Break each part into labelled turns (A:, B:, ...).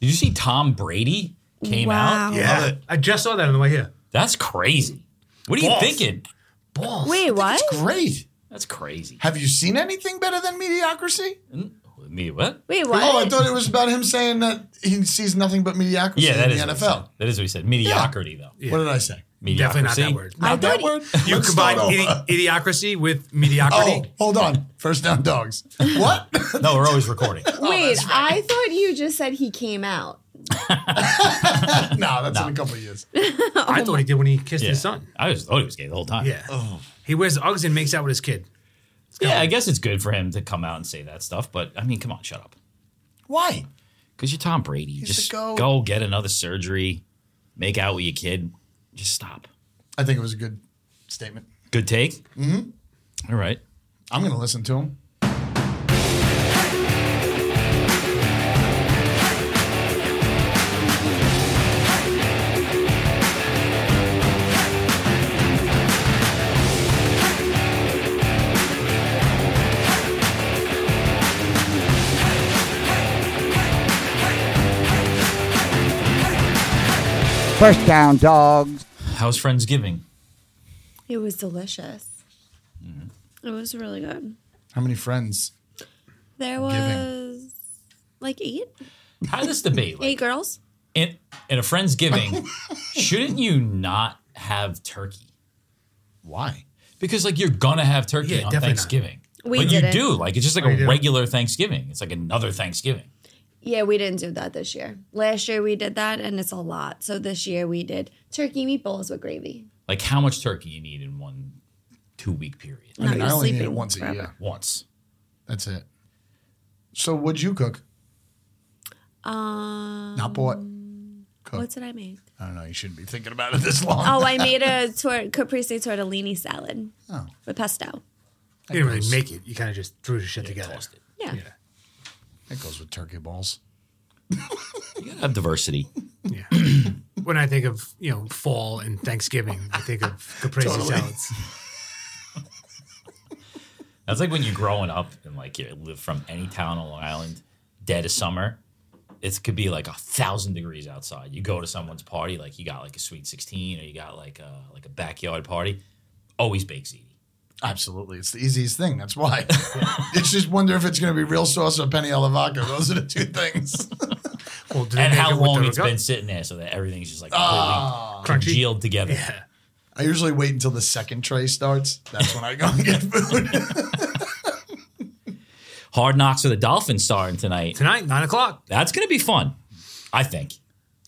A: Did you see Tom Brady came
B: Wow.
A: out?
C: Yeah.
D: Love it. I just saw that on the way here.
A: That's crazy. What are
D: Balls.
A: you thinking?
D: Balls.
B: Wait, what?
C: It's great.
A: That's crazy.
C: Have you seen anything better than mediocrity?
A: Me what?
B: Wait,
C: Oh, I
B: what?
C: thought it was about him saying that he sees nothing but mediocrity
A: Yeah, that
C: in
A: is
C: the
A: what he
C: NFL.
A: said. That is what he said. Mediocrity though.
C: What did I say?
A: Mediocrity.
D: Definitely not that word.
B: I
C: That
B: thought
C: word?
D: You
C: Let's
D: combine
C: start
D: idi-
C: over.
D: idiocracy with
C: Oh,
D: mediocrity.
C: hold on. First down dogs. What?
A: No, we're always recording.
C: oh,
B: Wait, I thought you just said he came out.
C: no, that's in a couple of years.
D: I thought he did when he kissed
A: Yeah.
D: his son.
A: I just thought he was gay the whole time.
D: Yeah. He wears Uggs and makes out with his kid.
A: Yeah, I guess it's good for him to come out and say that stuff, but I mean, come on, shut up.
C: Why?
A: Because you're Tom Brady.
C: a
A: just
C: goat.
A: go get another surgery, make out with your kid. Just stop.
C: I think it was a good statement.
A: Good take. Mm-hmm. right.
C: I'm going to listen to him.
E: First down, dogs.
A: How's Friendsgiving?
B: It was delicious.
C: Mm-hmm.
B: It was really good.
C: How many friends?
B: There was like eight,
A: How does this debate? Like,
B: eight girls.
A: in, in a Friendsgiving, shouldn't you not have turkey?
C: Why?
A: Because like you're gonna have turkey
D: Yeah,
A: on
D: definitely not. Oh,
A: Thanksgiving.
B: We
A: but you
B: didn't.
A: do. Like it's just like
D: you
A: a
D: didn't.
A: regular Thanksgiving. It's like another Thanksgiving.
B: Yeah, we didn't do that this year. Last year we did that, and it's a lot. So this year we did turkey meatballs with gravy.
A: Like how much turkey you need in one two week period?
C: I mean,
B: you're
C: I only need it
B: sleeping
C: once a
B: forever.
C: year.
A: Once.
C: That's it. So, what'd you cook?
B: Um,
C: Not bought. Cooked.
B: what did I make?
C: I don't know. You shouldn't be thinking about it this long.
B: Oh, I made a tor- caprese tortellini salad
C: Oh.
B: with pesto.
D: You didn't really make it. You kind of just threw the shit together.
A: tossed it.
B: Yeah.
D: Yeah.
C: That goes with turkey balls.
A: You gotta have diversity.
D: Yeah. when I think of, you know, fall and Thanksgiving, I think of caprese
C: Totally.
D: salads.
A: That's like when you're growing up and like you live from any town on Long Island, dead of summer. It could be like a thousand degrees outside. You go to someone's party, like you got like a sweet sixteen or you got like a like a backyard party. Always baked ziti.
C: Absolutely. It's the easiest thing. That's why. it's just wonder if it's going to be real sauce or penny alla vodka. Those are the two things.
D: Well, do they
A: And
D: make
A: how
D: it with
A: long
D: the
A: it's
D: ragu-
A: been sitting there, so that everything's just like completely
D: Crunchy.
A: congealed together.
D: Yeah.
C: I usually wait until the second tray starts. That's when I go and get food.
A: Hard Knocks with the Dolphins starting tonight.
D: Tonight, nine o'clock.
A: That's gonna be fun, I think.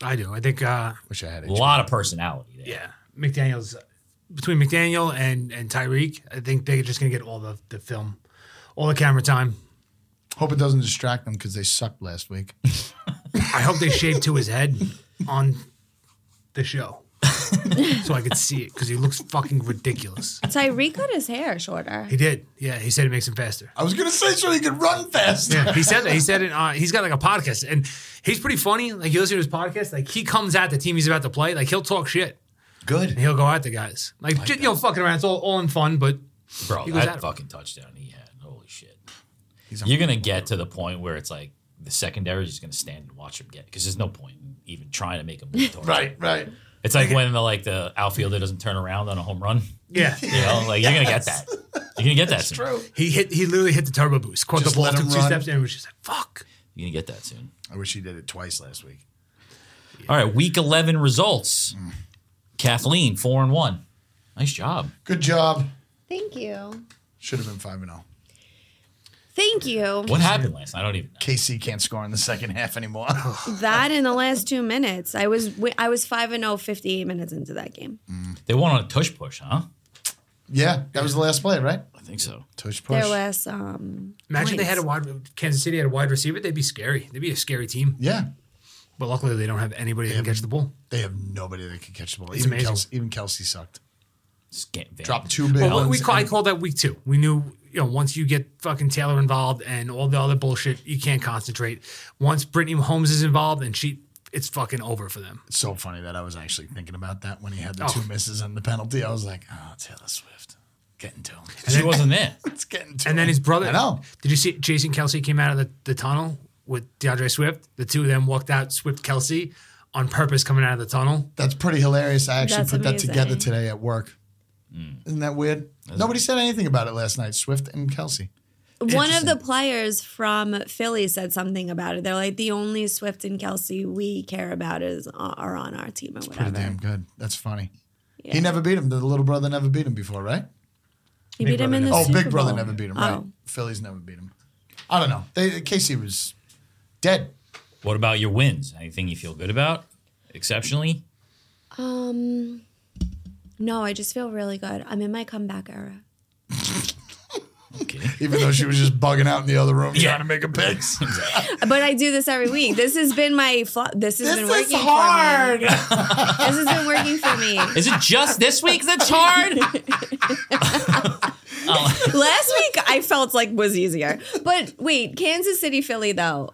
D: I do. I think, uh,
C: Wish I had
A: A lot of personality there.
D: yeah, McDaniel's between McDaniel and and Tyreek. I think they're just gonna get all the the film, all the camera time.
C: Hope it doesn't distract them because they sucked last week.
D: I hope they shave to his head on the show. so I could see it because he looks fucking ridiculous.
B: Tyreek cut his hair shorter.
D: He did. Yeah, he said it makes him faster.
C: I was going to say so he could run fast.
D: Yeah, he said that. He said it. Uh, he's got like a podcast, and he's pretty funny. Like you listen to his podcast, like he comes at the team he's about to play. Like he'll talk shit.
C: Good.
D: And he'll go at the guys. Like, just, you know, fucking around. It's all, all in fun, but
A: Bro,
D: goes at
A: that
D: him.
A: fucking touchdown he had. Holy shit. You're going to get to the point where it's like the secondary is just going to stand and watch him get because there's no point in even trying to make him move towards
C: Right,
A: it.
C: right.
A: It's like when the like the outfielder doesn't turn around on a home run.
D: yeah.
A: You know, like you're going to get that. You're going to get that soon.
C: True.
D: He hit. He literally hit the turbo boost. Caught
C: Just
D: the ball
C: let
D: took
C: him
D: two
C: run.
D: steps in, and was just like, "Fuck."
A: You're going to get that soon.
C: I wish he did it twice last week.
A: All right, week 11 results. Kathleen, 4 and 1. Nice job.
C: Good job.
B: Thank you.
C: Should have been 5 and oh. 0.
B: Thank you.
A: What happened last night? I don't even know.
C: KC can't score in the second half anymore.
B: That in the last two minutes, I was wi- I was five and oh, 58 minutes into that game.
A: They won on a tush push, huh?
C: yeah, that was the last play, right?
A: I think so.
C: Tush push.
B: There was um,
D: Imagine they
B: points.
D: had a wide. Kansas City had a wide receiver. They'd be scary. They'd be a scary team.
C: yeah.
D: But luckily, they don't have anybody that can catch the ball.
C: They have nobody that can catch the ball. Even
D: amazing.
C: Kelsey, even Kelsey sucked.
A: Scam- Van-
C: Dropped two big
D: Well,
C: ones.
D: we, we call, I
C: and-
D: called that week two. We knew, you know, once you get fucking Taylor involved and all the other bullshit, you can't concentrate. Once Brittany Holmes is involved and she, it's fucking over for them.
C: It's so funny that I was actually thinking about that when he had the
D: Oh.
C: two misses and the penalty. I was like, oh, Taylor Swift. Getting to him.
A: She wasn't there.
C: It's getting to
D: And then
C: him.
D: his brother.
C: I know.
D: Did you see Jason Kelsey came out of the, the tunnel with DeAndre Swift. The two of them walked out Swift Kelsey on purpose coming out of the tunnel.
C: That's pretty hilarious. I actually
B: That's
C: put
B: amazing.
C: that together today at work.
D: Mm.
C: Isn't that weird? Nobody said anything about it last night. Swift and Kelsey.
B: One of the players from Philly said something about it. They're like, the only Swift and Kelsey we care about is uh, are on our team or
C: Pretty
B: whatever.
C: damn good. That's funny.
B: Yeah.
C: He never beat him. The little brother never beat him before, right?
B: He beat him in the
C: Oh,
B: Super
C: Big Brother
B: Bowl.
C: never beat him,
B: Oh.
C: right? Phillies never beat him. I don't know. They, Casey was dead.
A: What about your wins? Anything you feel good about? Exceptionally?
B: Um, no, I just feel really good. I'm in my comeback era.
A: Okay.
C: Even though she was just bugging out in the other room
A: Yeah.
C: trying to make a picks.
B: But I do this every week. This has been my flo- this has been
C: this is
B: working
C: hard.
B: for me. This has been working for me.
A: Is it just this week that's hard?
C: Oh.
B: Last week I felt like was easier. But wait, Kansas City Philly though.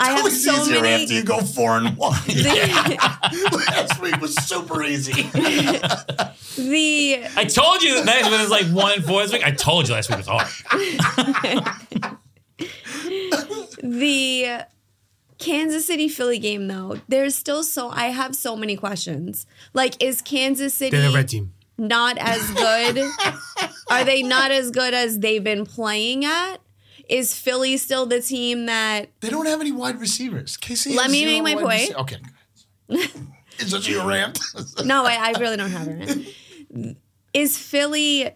B: I have
C: Always
B: so
C: easier
B: many
C: after you go four and one.
B: the,
C: Last week was super easy.
B: the
A: I told you that next week is like one and four this week. I told you last week was hard.
B: the Kansas City Philly game though. There's still so I have so many questions. Like is Kansas City
D: They're the red team.
B: not as good? Are they not as good as they've been playing at? Is Philly still the team that
C: They don't have any wide receivers. Casey. has
B: Let me
C: zero
B: make my
C: wide
B: point.
C: rece- okay. Is that your rant?
B: No, I, I really don't have it. Is Philly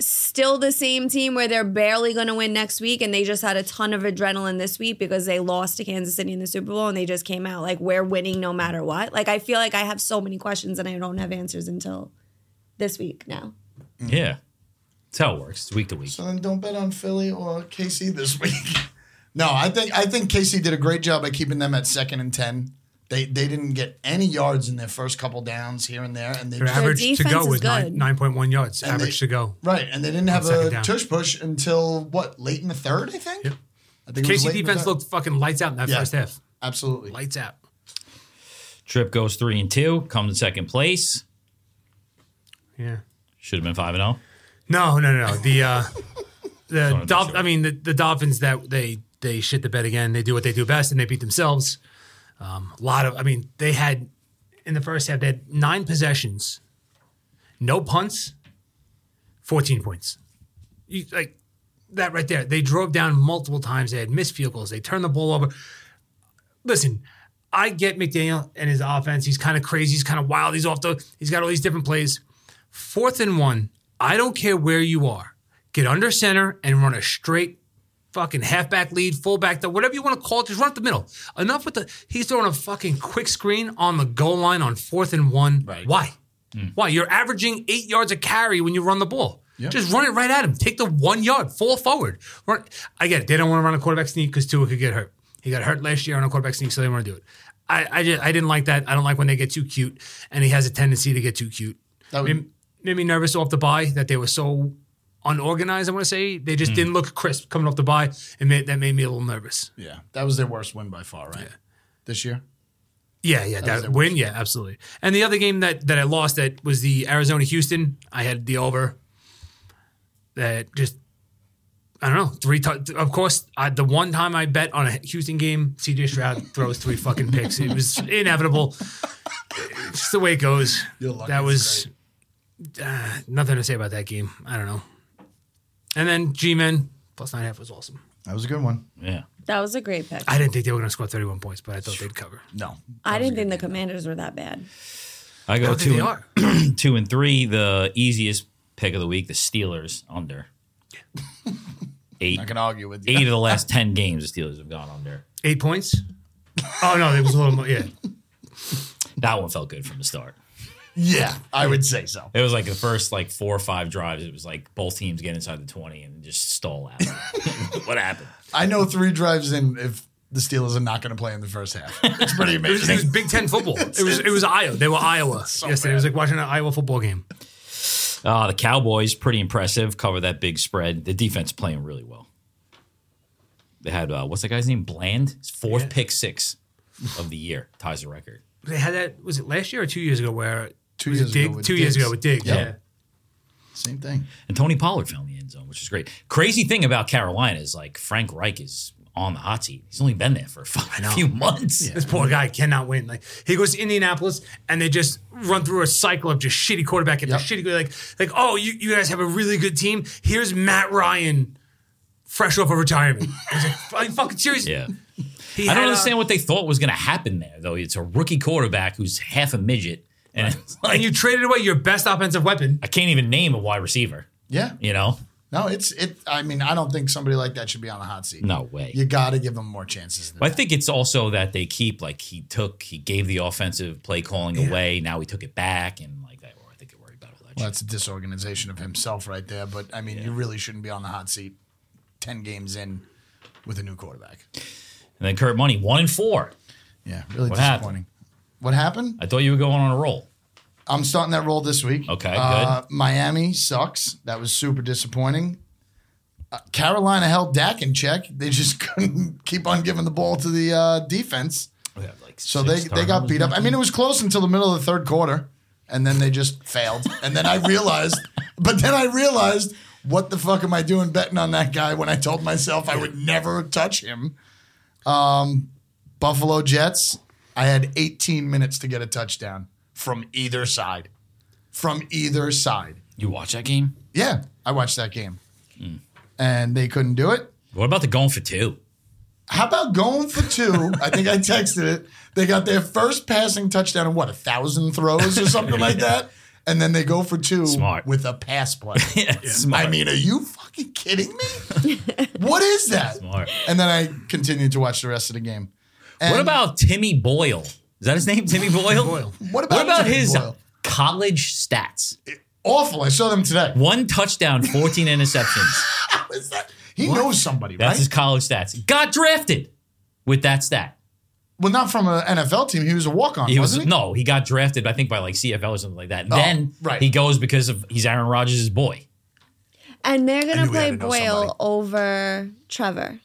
B: still the same team where they're barely going to win next week and they just had a ton of adrenaline this week because they lost to Kansas City in the Super Bowl and they just came out like we're winning no matter what? Like I feel like I have so many questions and I don't have answers until this week now.
A: Yeah. That's how it works. It's week to week.
C: so then don't bet on Philly or KC this week. No, I think I think KC did a great job at keeping them at second and ten. They they didn't get any yards in their first couple downs here and there, and they
D: Their
C: just-
D: average to go
B: defense is
D: was
B: good.
D: nine nine point one yards.
C: And
D: average
C: they-
D: to go.
C: right, and they didn't have
D: second
C: a
D: down.
C: tush push until what late in the third, I think.
D: Yep.
C: I think it was
D: Casey
C: late in the
D: defense
C: third.
D: looked fucking lights out in that
C: Yeah.
D: first half.
C: absolutely.
D: Lights out.
A: Trip goes three and two, comes in second place.
D: Yeah.
A: Should have been five and oh.
D: No, no, no. no. The uh, the
A: make
D: Dolph-
A: sure.
D: I mean the, the Dolphins that they they shit the bed again. They do what they do best and they beat themselves. Um, a lot of I mean they had in the first half they had nine possessions, no punts, fourteen points. You, like that right there. They drove down multiple times. They had missed field goals. They turned the ball over. Listen, I get McDaniel and his offense. He's kind of crazy. He's kind of wild. He's off the. He's got all these different plays. Fourth and one. I don't care where you are. Get under center and run a straight fucking halfback lead, fullback, the whatever you want to call it. Just run up the middle. Enough with the. He's throwing a fucking quick screen on the goal line on fourth and one.
A: Right.
D: Why? Why? You're averaging eight yards a carry when you run the ball. Just run it right at him. Take the one yard, fall forward. Run. I get it. They don't want to run a quarterback sneak because Tua could get hurt. He got hurt last year on a quarterback sneak, so they want to do it. I I, just, I didn't like that. I don't like when they get too cute, and he has a tendency to get too cute.
C: That would-
D: made, made me nervous off the bye that they were so unorganized. I want to say they
C: Hmm.
D: just didn't look crisp coming off the bye, and made, that made me a little nervous.
C: Yeah, that was their worst win by far, right? This year.
D: Yeah, yeah, that,
C: was their
D: win. Yeah, absolutely. And the other game that that I lost that was the Arizona Houston. I had the over. That just. I don't know. Three times. Of course, I, the one time I bet on a Houston game, CJ Stroud throws three fucking picks. It was inevitable. It's just the way it goes.
C: You're lucky
D: that
C: it's
D: was uh, nothing to say about that game. I don't know. And then G Men plus nine and a half was awesome.
C: That was a good one.
A: Yeah.
B: That was a great pick. I,
D: I didn't think they were going to score 31 points, but I thought they'd cover.
C: No,
B: didn't think the Commanders were that bad.
A: I
D: I
A: go
D: don't
A: two
D: think they
A: and,
D: are.
A: two and three. The easiest pick of the week, the Steelers under. Eight
C: I can argue with you.
A: eight of the last ten games the Steelers have gone under.
D: Eight points? Oh, no, it was a little more. Yeah.
A: That one felt good from the start.
C: Yeah, I would say so.
A: It was like the first like four or five drives. It was like both teams get inside the twenty and just stall out. what happened?
C: I know three drives in if the Steelers are not going to play in the first half. It's pretty
D: It was, it was
C: amazing.
D: Big Ten football. It was it was Iowa. They were Iowa yesterday. It was like watching an Iowa football game.
A: Uh, the Cowboys pretty impressive. Cover that big spread. The defense playing really well. They had uh, what's that guy's name? Bland. His fourth pick six of the year ties the record.
D: They had that. Was it last year or two years ago? Where
C: Two
D: was it
C: years ago
D: Dig-
C: with
D: two years
C: Diggs.
D: ago with Diggs.
C: Yeah.
D: Yeah.
C: Same thing.
A: And Tony Pollard found the end zone, which is great. Crazy thing about Carolina is like Frank Reich is on the hot seat. He's only been there for a fucking
D: know.
A: few months.
D: This poor guy cannot win. Like he goes to Indianapolis and they just run through a cycle of just shitty quarterback after
C: Yep.
D: shitty. Like like oh you, you guys have a really good team. Here's Matt Ryan, fresh off of retirement. I was like, Are you fucking serious?
A: Yeah.
D: He
A: I
D: had,
A: don't
D: uh,
A: understand what they thought was going to happen there, though. It's a rookie quarterback who's half a midget, and it's like
D: and you traded away your best offensive weapon.
A: I can't even name a wide receiver.
C: Yeah.
A: You know,
C: No, it's it. I mean, I don't think somebody like that should be on a hot seat.
A: no way.
C: You got to give them more chances. Than
A: But I think it's also that they keep like he took, he gave the offensive play calling away. Now he took it back, and like that. Or I think they worry about all that. shit.
C: Well, that's a disorganization of himself right there. But I mean, you really shouldn't be on the hot seat ten games in with a new quarterback.
A: And then Kurt Money one and four.
C: Yeah, really
A: What happened?
C: disappointing. What happened?
A: I thought you were going on a roll.
C: I'm starting that role this week.
A: Okay,
C: Uh, Miami sucks. That was super disappointing. Uh, Carolina held Dak in check. They just couldn't keep on giving the ball to the uh, defense.
A: We have, like,
C: So
A: six
C: they, they got
A: turnovers
C: beat up.
A: now.
C: I mean, it was close until the middle of the third quarter, and then they just failed. And then I realized, but then I realized, what the fuck am I doing betting on that guy when I told myself I would never touch him? Um, Buffalo Jets, I had 18 minutes to get a touchdown from either side. From either side.
A: You watch that game?
C: Yeah, I watched that game. And they couldn't do it.
A: What about the going for two?
C: How about going for two? I think I texted it. They got their first passing touchdown in what, a thousand throws or something like that? And then they go for two
A: Smart.
C: with a pass play.
A: Smart.
C: I mean, are you fucking kidding me? what is that?
A: Smart.
C: And then I continued to watch the rest of the game. And
A: What about Timmy Boyle? Is that his name? Timmy Boyle?
D: Boyle.
C: what about,
A: What about
C: Tim
A: his
C: Boyle?
A: college stats?
C: awful? I saw them today.
A: One touchdown, 14 interceptions.
C: What is that? He knows somebody,
A: That's
C: right?
A: his college stats. Got drafted with that stat.
C: well, not from an NFL team. He was a walk on,
A: He was
C: wasn't he?
A: no, he got drafted, I think, by like CFL or something like that. And
C: Oh,
A: then
C: right.
A: he goes because of he's Aaron Rodgers' boy.
B: And they're
C: I
B: gonna
C: knew we had
B: play
C: to know
B: Boyle over Trevor.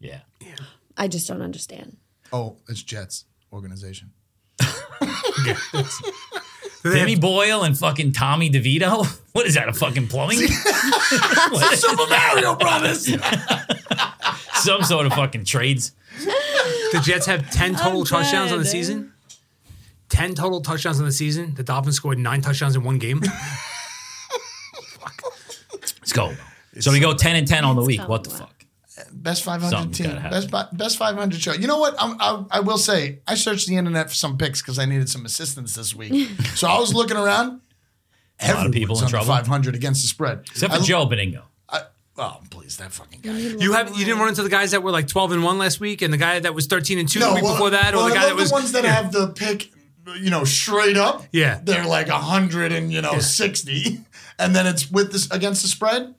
A: Yeah.
B: I just don't understand.
C: Oh, it's Jets organization.
D: Do they have-
A: Timmy Boyle and fucking Tommy DeVito? What is that? A fucking plumbing? Super Mario Brothers. Some sort of fucking trades.
D: the Jets have ten total
B: I'm
D: touchdowns on the
B: dead.
D: season. Ten total touchdowns on the season. The Dolphins scored nine touchdowns in one game.
A: Let's go. so we go 10 and 10 on the week. What the
B: coming.
A: fuck?
C: Best 500
A: Something's
C: team.
A: gotta happen.
C: Best fi- best 500 show. You know what? I'm, I, I will say, I searched the internet for some picks because I needed some assistance this week. so I was looking around.
A: A lot of people
C: Everyone's
A: in
C: on the
A: trouble.
C: 500 against the spread.
A: Except for
C: I-
A: Joe Beningo.
C: I- oh, please, that fucking guy.
D: You have you didn't run into the guys that were like twelve and one last week, and the guy that was thirteen and two the week
C: well,
D: before that, or
C: well,
D: the
C: I
D: guy
C: love
D: that was
C: the ones that have the pick, you know, straight up.
D: Yeah.
C: they're like hundred and you know sixty, and then it's with this against the spread.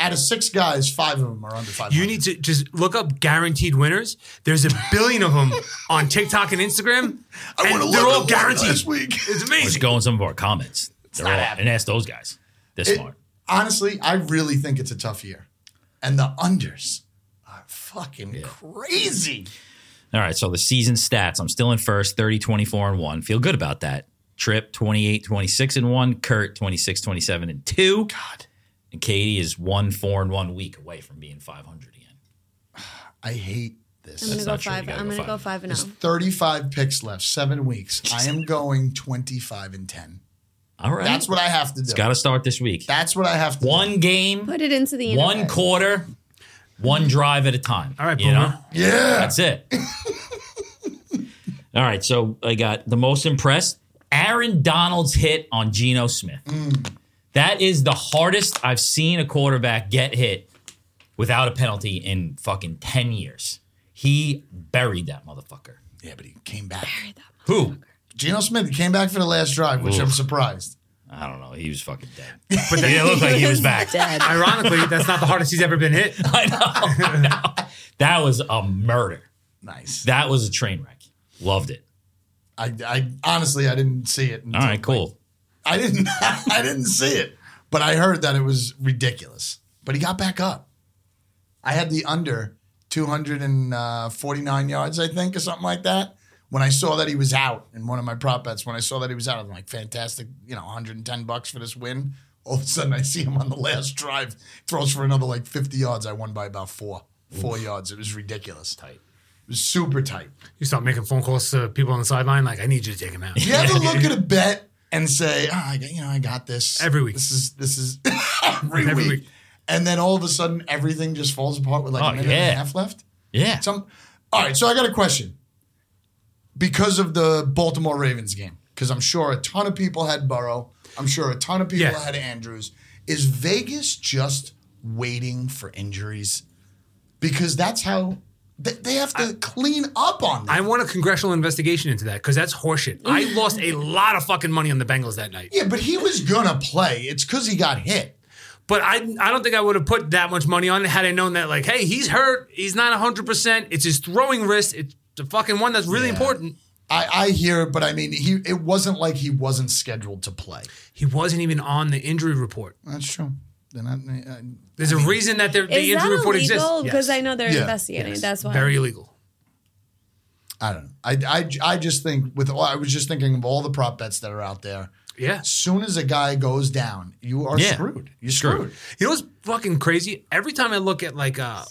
C: Out of six guys, five of them are under five.
D: You need to just look up guaranteed winners. There's a billion of them on TikTok and Instagram.
C: I
D: and
C: want to
D: they're all guaranteed.
C: this week.
D: It's
A: Let's
D: amazing.
A: go in some of our comments. They're
C: not
A: all-
C: happening.
A: and ask those guys. They're
C: It-
A: smart.
C: honestly, I really think it's a tough year, and the unders are fucking crazy.
A: All right, so the season stats. I'm still in first, 30, 24, and 1. Feel good about that. Trip, 28, 26, and 1. Kurt, 26, 27, and 2. God. And Katie is 1, 4, and 1 week away from being 500 again.
C: I hate
B: I'm
C: this.
A: That's
B: gonna go
A: not true. You
B: five.
A: gotta
B: I'm
A: go
B: gonna go
A: five.
B: five and oh.
C: There's
B: zero.
C: 35 picks left, seven weeks. I am going 25 and 10.
A: All right.
C: That's what I have to do.
A: Got to start this week.
C: That's what I have to
A: One game,
B: Put it into the
A: one
B: universe.
A: quarter, one drive at a time.
D: All right,
A: you know?
D: Boomer.
C: do. Yeah.
A: That's it. All right, so I got the most impressed. Aaron Donald's hit on Geno Smith. That is the hardest I've seen a quarterback get hit without a penalty in fucking 10 years. He buried that motherfucker.
C: Yeah, but he came back.
A: Who?
C: Geno Smith he came back for the last drive, which I'm
A: Oof.
C: surprised.
A: I don't know. He was fucking dead. But it looked like he was back.
B: Dead.
D: Ironically, that's not the hardest he's ever been hit.
A: I know. I know. That was a murder.
C: Nice.
A: That was a train wreck. Loved it.
C: I, I honestly I didn't see it.
A: All
C: until-
A: right, cool.
C: I didn't I didn't see it, but I heard that it was ridiculous. But he got back up. I had the under 249 uh, yards, I think, or something like that. When I saw that he was out in one of my prop bets, when I saw that he was out, I'm like, fantastic, you know, 110 bucks for this win. All of a sudden, I see him on the last drive, throws for another like 50 yards. I won by about four. four yards. It was ridiculous.
A: Tight.
C: It was super tight.
D: You start making phone calls to people on the sideline, like, I need you to take him out.
C: You ever look at a bet and say, oh, I got, you know, I got this
D: Every week.
C: This is this is every,
D: Every
C: week.
D: week.
C: and then all of a sudden everything just falls apart with like
A: Oh,
C: a minute
A: yeah.
C: and a half left.
A: Yeah.
C: Some. All right, so I got a question. Because of the Baltimore Ravens game, because I'm sure a ton of people had Burrow. I'm sure a ton of people
D: Yeah.
C: had Andrews. Is Vegas just waiting for injuries? Because that's how they, they have to clean up on that.
D: I want a congressional investigation into that because that's horseshit. I
B: Mm.
D: lost a lot of fucking money on the Bengals that night.
C: yeah, but he was gonna play. It's because he got hit.
D: But I, I don't think I would have put that much money on it had I known that, like, hey, he's hurt. He's not 100%. It's his throwing wrist. It's the fucking one that's really
C: Yeah.
D: important.
C: I, I hear, it, but I mean, he it wasn't like he wasn't scheduled to play.
D: He wasn't even on the injury report.
C: That's true. Then I, I,
D: There's a reason that there, the
B: Is
D: injury
B: that
D: report exists.
B: illegal? Because
D: Yes.
B: I know they're
C: Yeah.
B: investigating.
D: Yes.
B: That's why.
D: Very illegal.
C: I don't know. I, I, I just think with all, I was just thinking of all the prop bets that are out there.
D: Yeah.
C: As soon as a guy goes down, you are
A: Yeah.
C: screwed. You're screwed.
D: You know what's fucking crazy? Every time I look at like uh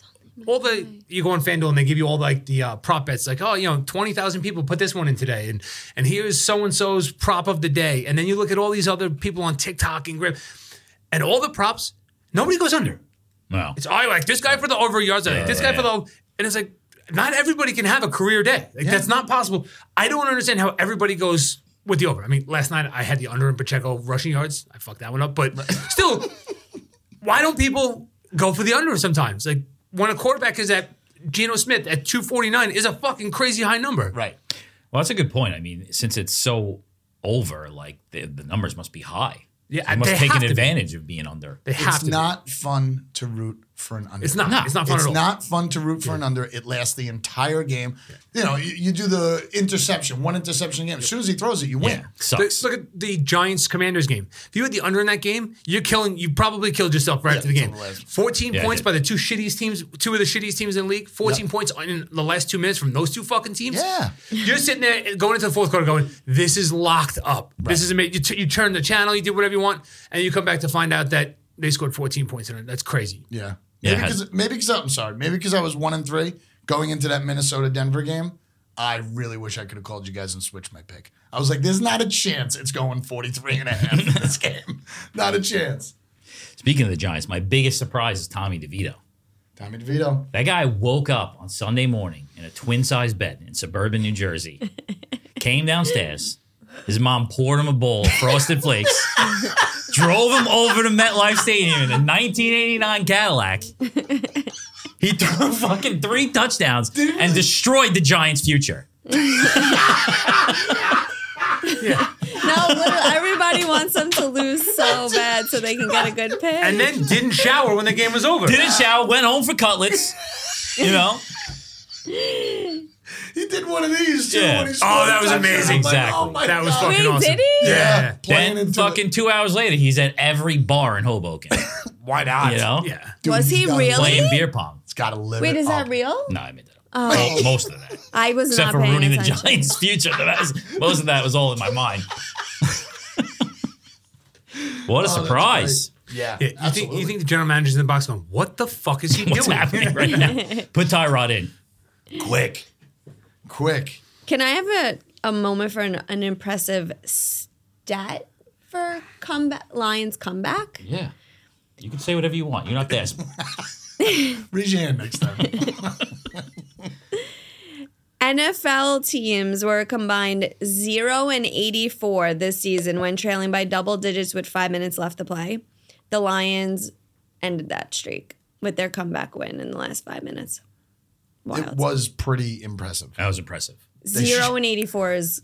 D: all the you go on FanDuel and they give you all like the uh, prop bets, like oh you know twenty thousand people put this one in today, and and here's so and so's prop of the day, and then you look at all these other people on TikTok and Grip, and all the props, nobody goes under.
A: No.
D: It's all like this guy for the over yards, like, this guy
A: yeah.
D: for the, and it's like not everybody can have a career day. Like that's not possible. I don't understand how everybody goes with the over. I mean, last night I had the under in Pacheco rushing yards. I fucked that one up, but still, why don't people go for the under sometimes? Like when a quarterback is at Geno Smith at two forty nine is a fucking crazy high number.
A: Right. Well, that's a good point. I mean, since it's so over, like the, the numbers must be high.
D: Yeah,
A: they must
D: they
A: take
D: have
A: an
D: to be.
A: advantage of being under.
D: They have
C: It's
D: to.
C: not fun to root for an under.
D: be. It's not. It's not fun
C: it's
D: at all.
C: not fun to root for an under. It lasts the entire game. You know, you, you do the interception, one interception a game. As soon as he throws it, you win.
A: Yeah, sucks.
D: Look, look at the Giants Commanders game. If you had the under in that game, you're killing. You probably killed yourself right after the game.
C: that's what it was.
D: Fourteen
A: Yeah, I
D: points
A: did.
D: by the two shittiest teams, two of the shittiest teams in the league. Fourteen points in the last two minutes from those two fucking teams.
C: Yeah.
D: you're sitting there going into the fourth quarter, going, "This is locked up. This is amazing." You, t- you turn the channel, you do whatever you want, and you come back to find out that they scored fourteen points in it. That's crazy.
C: Yeah.
A: Yeah,
C: Maybe
A: it has-
C: because maybe because I'm sorry. Maybe because I was one and three going into that Minnesota Denver game. I really wish I could have called you guys and switched my pick. I was like, there's not a chance it's going 43 and a half in this game. Not a chance.
A: Speaking of the Giants, my biggest surprise is Tommy DeVito.
C: Tommy DeVito.
A: That guy woke up on Sunday morning in a twin size bed in suburban New Jersey, came downstairs. His mom poured him a bowl of frosted flakes, drove him over to MetLife Stadium in a 1989 Cadillac. He threw fucking three touchdowns and destroyed the Giants' future.
B: No, literally, everybody wants them to lose so bad so they can get a good pick.
D: And then didn't shower when the game was over.
A: Didn't shower, went home for cutlets. You know?
C: He did one of these too.
A: Yeah.
C: when he
A: Oh,
C: scored
D: that was
C: a touchdown.
D: amazing.
C: I'm like,
A: Exactly.
C: oh my
D: that was
C: God.
D: fucking
B: Wait,
D: awesome.
B: did he?
C: Yeah. Playing
A: Then
C: into
A: fucking
C: it.
A: two hours later, he's at every bar in Hoboken.
C: Why not?
A: You know?
D: Yeah.
C: Dude,
B: Was
C: he's
B: he
C: gotta-
B: really?
A: Playing beer pong.
C: It's got to live.
B: Wait,
C: it
B: is that
C: up.
B: real?
A: No, I made that up.
C: Oh.
A: Well, Most of that.
B: I was
A: Except
B: not
A: for
B: paying
A: ruining the
B: attention.
A: Giants' future. That was- most of that was all in my mind. what a
C: Oh, that's
A: surprise.
C: great. Yeah.
D: Yeah, you, think,
C: absolutely.
D: you think the general manager's in the box going, what the fuck is he
A: What's
D: doing?
A: happening right now? Put Tyrod in.
C: quick. Quick.
B: Can I have a, a moment for an, an impressive stat for comeback Lions comeback?
A: Yeah. You can say whatever you want. You're not there.
C: Raise your hand next time.
B: NFL teams were combined 0 and 84 this season when trailing by double digits with five minutes left to play. The Lions ended that streak with their comeback win in the last five minutes.
C: it
B: Wild.
C: was pretty impressive.
A: That was impressive.
B: Zero and 84 is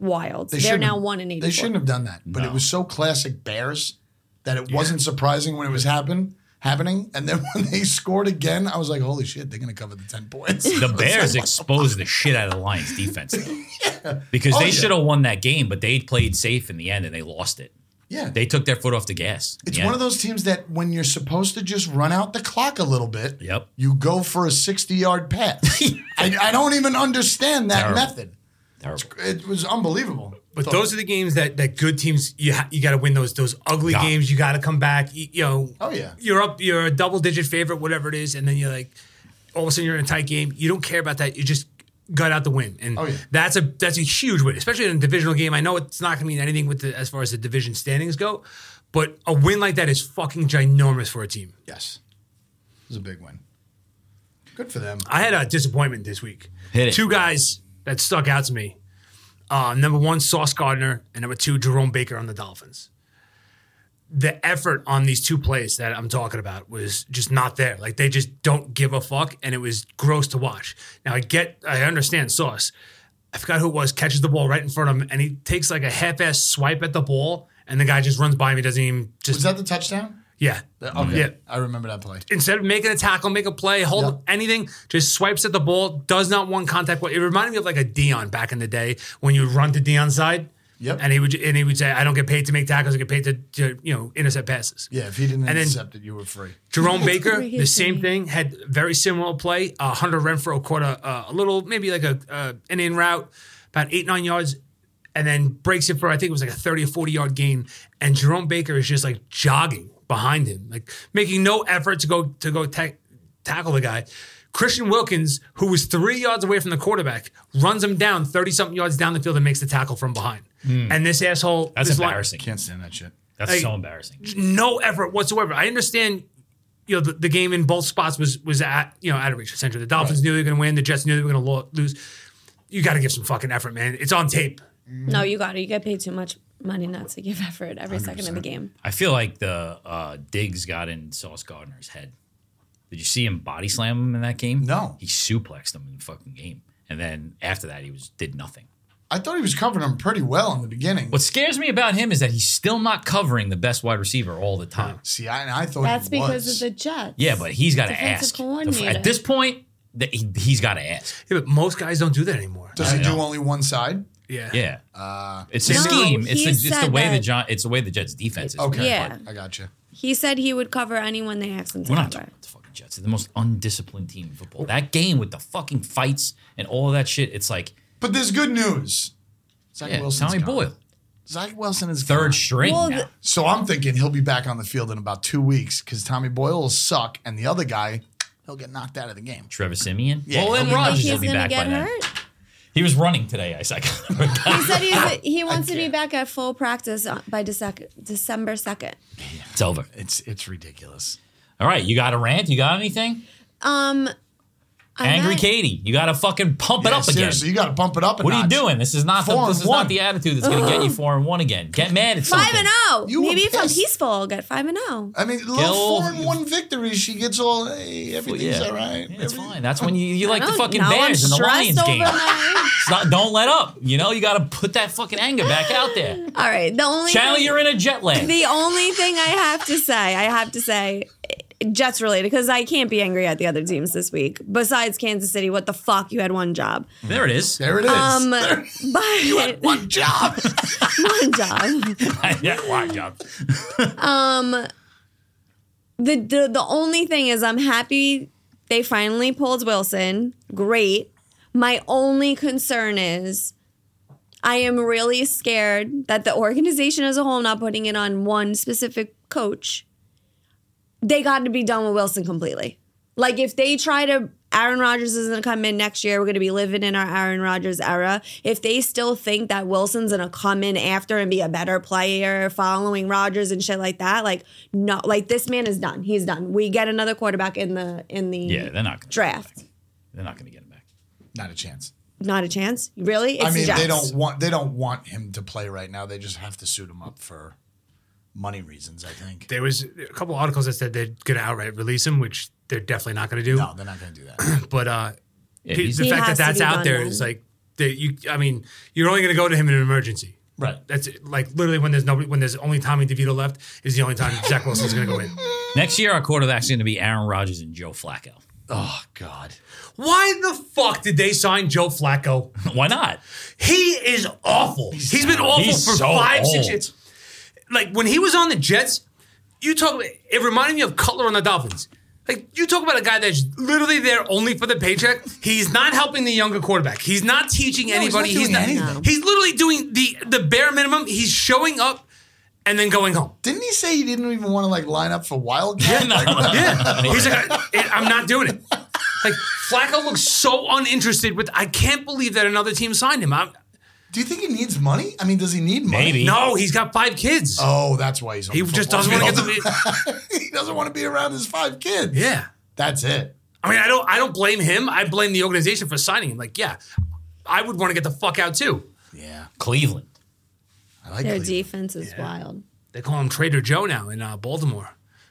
B: wild. They are
C: shouldn't-
B: now 1 and 84.
C: They shouldn't have done that. But
A: No.
C: it was so classic Bears that it wasn't surprising when it was happen, happening. And then when they scored again, I was like, holy shit, they're going to cover the 10 points.
A: The Bears exposed the shit out of the Lions defense, though. Because
C: Oh,
A: they
C: yeah.
A: should have won that game, but they played safe in the end and they lost it.
C: yeah.
A: They took their foot off the gas.
C: it's one of those teams that when you're supposed to just run out the clock a little bit,
A: Yep.
C: you go for a 60 yard pass. I, I don't even understand that
A: Terrible.
C: method.
A: Terrible.
C: It was unbelievable.
D: But those are the games that that good teams you ha- you got to win those those ugly
A: Yeah.
D: games. You got to come back. You, you know,
C: Oh, yeah.
D: you're up. You're a double digit favorite, whatever it is, and then you're like, all of a sudden you're in a tight game. You don't care about that. You just got out the win, and
C: Oh, yeah.
D: that's a that's a huge win, especially in a divisional game. I know it's not going to mean anything with the, as far as the division standings go, but a win like that is fucking ginormous for a team.
C: Yes. It was a big win. Good for them.
D: I had a disappointment this week.
A: Hit it.
D: Two guys that stuck out to me. Uh, number one, Sauce Gardner, and number two, Jerome Baker on the Dolphins. The effort on these two plays that I'm talking about was just not there. Like they just don't give a fuck, and it was gross to watch. Now I get, I understand Sauce. I forgot who it was catches the ball right in front of him, and he takes like a half-ass swipe at the ball, and the guy just runs by me, doesn't even just
C: Was that the touchdown?
D: yeah,
C: Okay.
D: yeah
C: I remember that play.
D: instead of making a tackle, make a play, hold up anything, just swipes at the ball, does not want contact. It reminded me of like a Dion back in the day when you would run to Dion's side.
C: Yep.
D: And he would and he would say, I don't get paid to make tackles, I get paid to, to you know, intercept passes.
C: Yeah, if he didn't
D: And then-
C: intercept it, you were free.
D: Jerome Baker,
B: over here
D: the same
B: saying-
D: thing, had very similar play. Uh, Hunter Renfro caught a, uh, a little, maybe like a uh, an in route, about eight nine yards, and then breaks it for I think it was like a thirty or forty yard gain. And Jerome Baker is just like jogging behind him, like making no effort to go to go ta- tackle the guy. Christian Wilkins, who was three yards away from the quarterback, runs him down thirty something yards down the field and makes the tackle from behind. And this asshole,
A: Hmm. That's
D: this line-
A: embarrassing.
C: Can't stand that shit.
A: That's
D: Hey.
A: so embarrassing.
D: no effort whatsoever. I understand, you know, the, the game in both spots was was at you know out of reach. Essentially, the Dolphins knew they were going to win. The Jets knew they were going to lo- lose. You got to give some fucking effort, man. It's on tape.
B: No, you got it. You get paid too much money not to give effort every second of the game.
A: I feel like the uh, Diggs got in Sauce Gardner's head. Did you see him body slam him in that game?
C: No.
A: He suplexed him in the fucking game. And then after that, he was did nothing.
C: I thought he was covering him pretty well in the beginning.
A: What scares me about him is that he's still not covering the best wide receiver all the time.
C: See, I, I thought
B: That's
C: he
B: because
C: was.
B: of the Jets.
A: Yeah, but he's got to
B: Defensive
A: ask.
B: coordinator.
A: At this point, th- he, he's got to ask.
D: Yeah, but most guys don't do that anymore.
C: Does he
A: I
C: do
A: know.
C: only one side?
D: Yeah,
A: Yeah,
C: Uh,
A: it's a
B: No,
A: scheme. It's
B: he
A: the, it's the
B: said
A: way the
B: that-
A: John. It's the way the Jets' defense is.
C: Okay,
B: Yeah.
C: I got you.
B: He said he would cover anyone they asked him to
A: We're not
B: cover.
A: talking about the fucking Jets. They're the most undisciplined team in football. That game with the fucking fights and all that shit. It's like
C: But there's good news. Zach
A: yeah,
C: Wilson's
A: Tommy
C: gone.
A: Boyle,
C: Zach Wilson is
A: third
C: gone.
A: string.
B: Well,
A: now.
B: the-
C: So I'm thinking he'll be back on the field in about two weeks because Tommy Boyle will suck, and the other guy, he'll get knocked out of the game.
A: Trevor Simeon.
C: Yeah,
A: well, then
C: he'll be-
A: Rodgers
B: He's
A: will be
B: gonna
A: back
B: get
A: by then.
B: hurt.
A: He was running today. I said. uh,
B: He said he's, he wants to be
C: can't.
B: back at full practice on- by Dece- December 2nd.
A: it's over.
C: It's it's ridiculous.
A: All right, you got a rant? You got anything?
B: Um, I'm
A: Angry
B: not-
A: Katie, you got to fucking pump it
C: Yeah,
A: up again.
C: seriously, you got to bump it up. a
A: What are you
C: notch.
A: doing? This is not the,
C: Four
A: this
C: and
A: is
C: one.
A: not the attitude that's going to get you four and one again. Get mad at something.
B: Five and
C: You
B: zero.
C: were
B: Maybe if I'm
C: pissed.
B: peaceful, I'll get five and oh. zero.
C: I mean, little
A: Gil-
C: four and one victory. She gets all hey, everything's all right.
A: Yeah, it's
C: Everything-
A: fine. That's when you, you like the
B: No,
A: fucking
B: now I'm
A: Bears and the
B: stressed
A: Lions
B: over
A: game.
B: my-
A: It's not- don't let up. You know, you got to put that fucking anger back out there.
B: All right. The only
A: Channel,
B: thing-
A: you're in a jet lag.
B: the only thing I have to say, I have to say, Jets related because I can't be angry at the other teams this week. Besides Kansas City, what the fuck? You had one job.
A: There it is.
C: There it is.
B: Um, but
C: one job.
B: one job.
A: yeah, why, John?
B: the, the the only thing is I'm happy they finally pulled Wilson. Great. My only concern is I am really scared that the organization as a whole, not putting it on one specific coach, they got to be done with Wilson completely. Like if they try to Aaron Rodgers is going to come in next year. We're going to be living in our Aaron Rodgers era. If they still think that Wilson's going to come in after and be a better player following Rodgers and shit like that, like no, like this man is done. He's done. We get another quarterback in the in the
A: Yeah, they're not gonna
B: draft.
A: They're not going to get him back.
C: Not a chance.
B: Not a chance. Really? It's
C: I
B: the
C: mean, they
B: Jets.
C: don't want they don't want him to play right now. They just have to suit him up for money reasons. I think.
D: there was a couple articles that said they're going to outright release him, which they're definitely not going to do.
C: No, they're not going to do that.
D: But uh, the-
A: he's-
D: the
B: He
D: fact that
B: has to
D: that's
B: be
D: out
B: done
D: there is
B: then.
D: like, they, you. I mean, you're only going to go to him in an emergency.
C: right.
D: That's it. like literally when there's nobody, when there's only Tommy DeVito left, is the only time Zach Wilson's going to go in.
A: Next year, our quarterback's going to be Aaron Rodgers and Joe Flacco.
C: Oh God.
D: Why the fuck did they sign Joe Flacco?
A: Why not?
D: He is awful. he's been awful
A: He's
D: for
A: so
D: five, six
A: old.
D: years. Like when he was on the Jets, you talk. It reminded me of Cutler on the Dolphins. Like you talk about a guy that's literally there only for the paycheck. He's not helping the younger quarterback. He's not teaching
C: he's not
D: anybody.
C: doing
D: he's
C: anything.
D: He's literally doing the the bare minimum. He's showing up and then going home.
C: Didn't he say he didn't even want to like line up for Wildcat?
A: No, no, no.
D: Yeah. He's like, I, I'm not doing it. Like Flacco looks so uninterested. With I can't believe that another team signed him. I'm,
C: Do you think he needs money? I mean, does he need money?
A: Maybe.
D: no, he's got five kids.
C: Oh, that's why he's on
D: he
C: the
D: just doesn't
C: football
D: want to get
C: field.
D: the.
C: he doesn't want to be around his five kids.
D: Yeah,
C: That's it.
D: I mean, I don't. I don't blame him. I blame the organization for signing him. Like, yeah, I would want to get the fuck out too.
C: Yeah.
A: Cleveland.
C: I like
B: Their
C: Cleveland.
B: defense is wild.
D: They call him Trader Joe now in uh, Baltimore.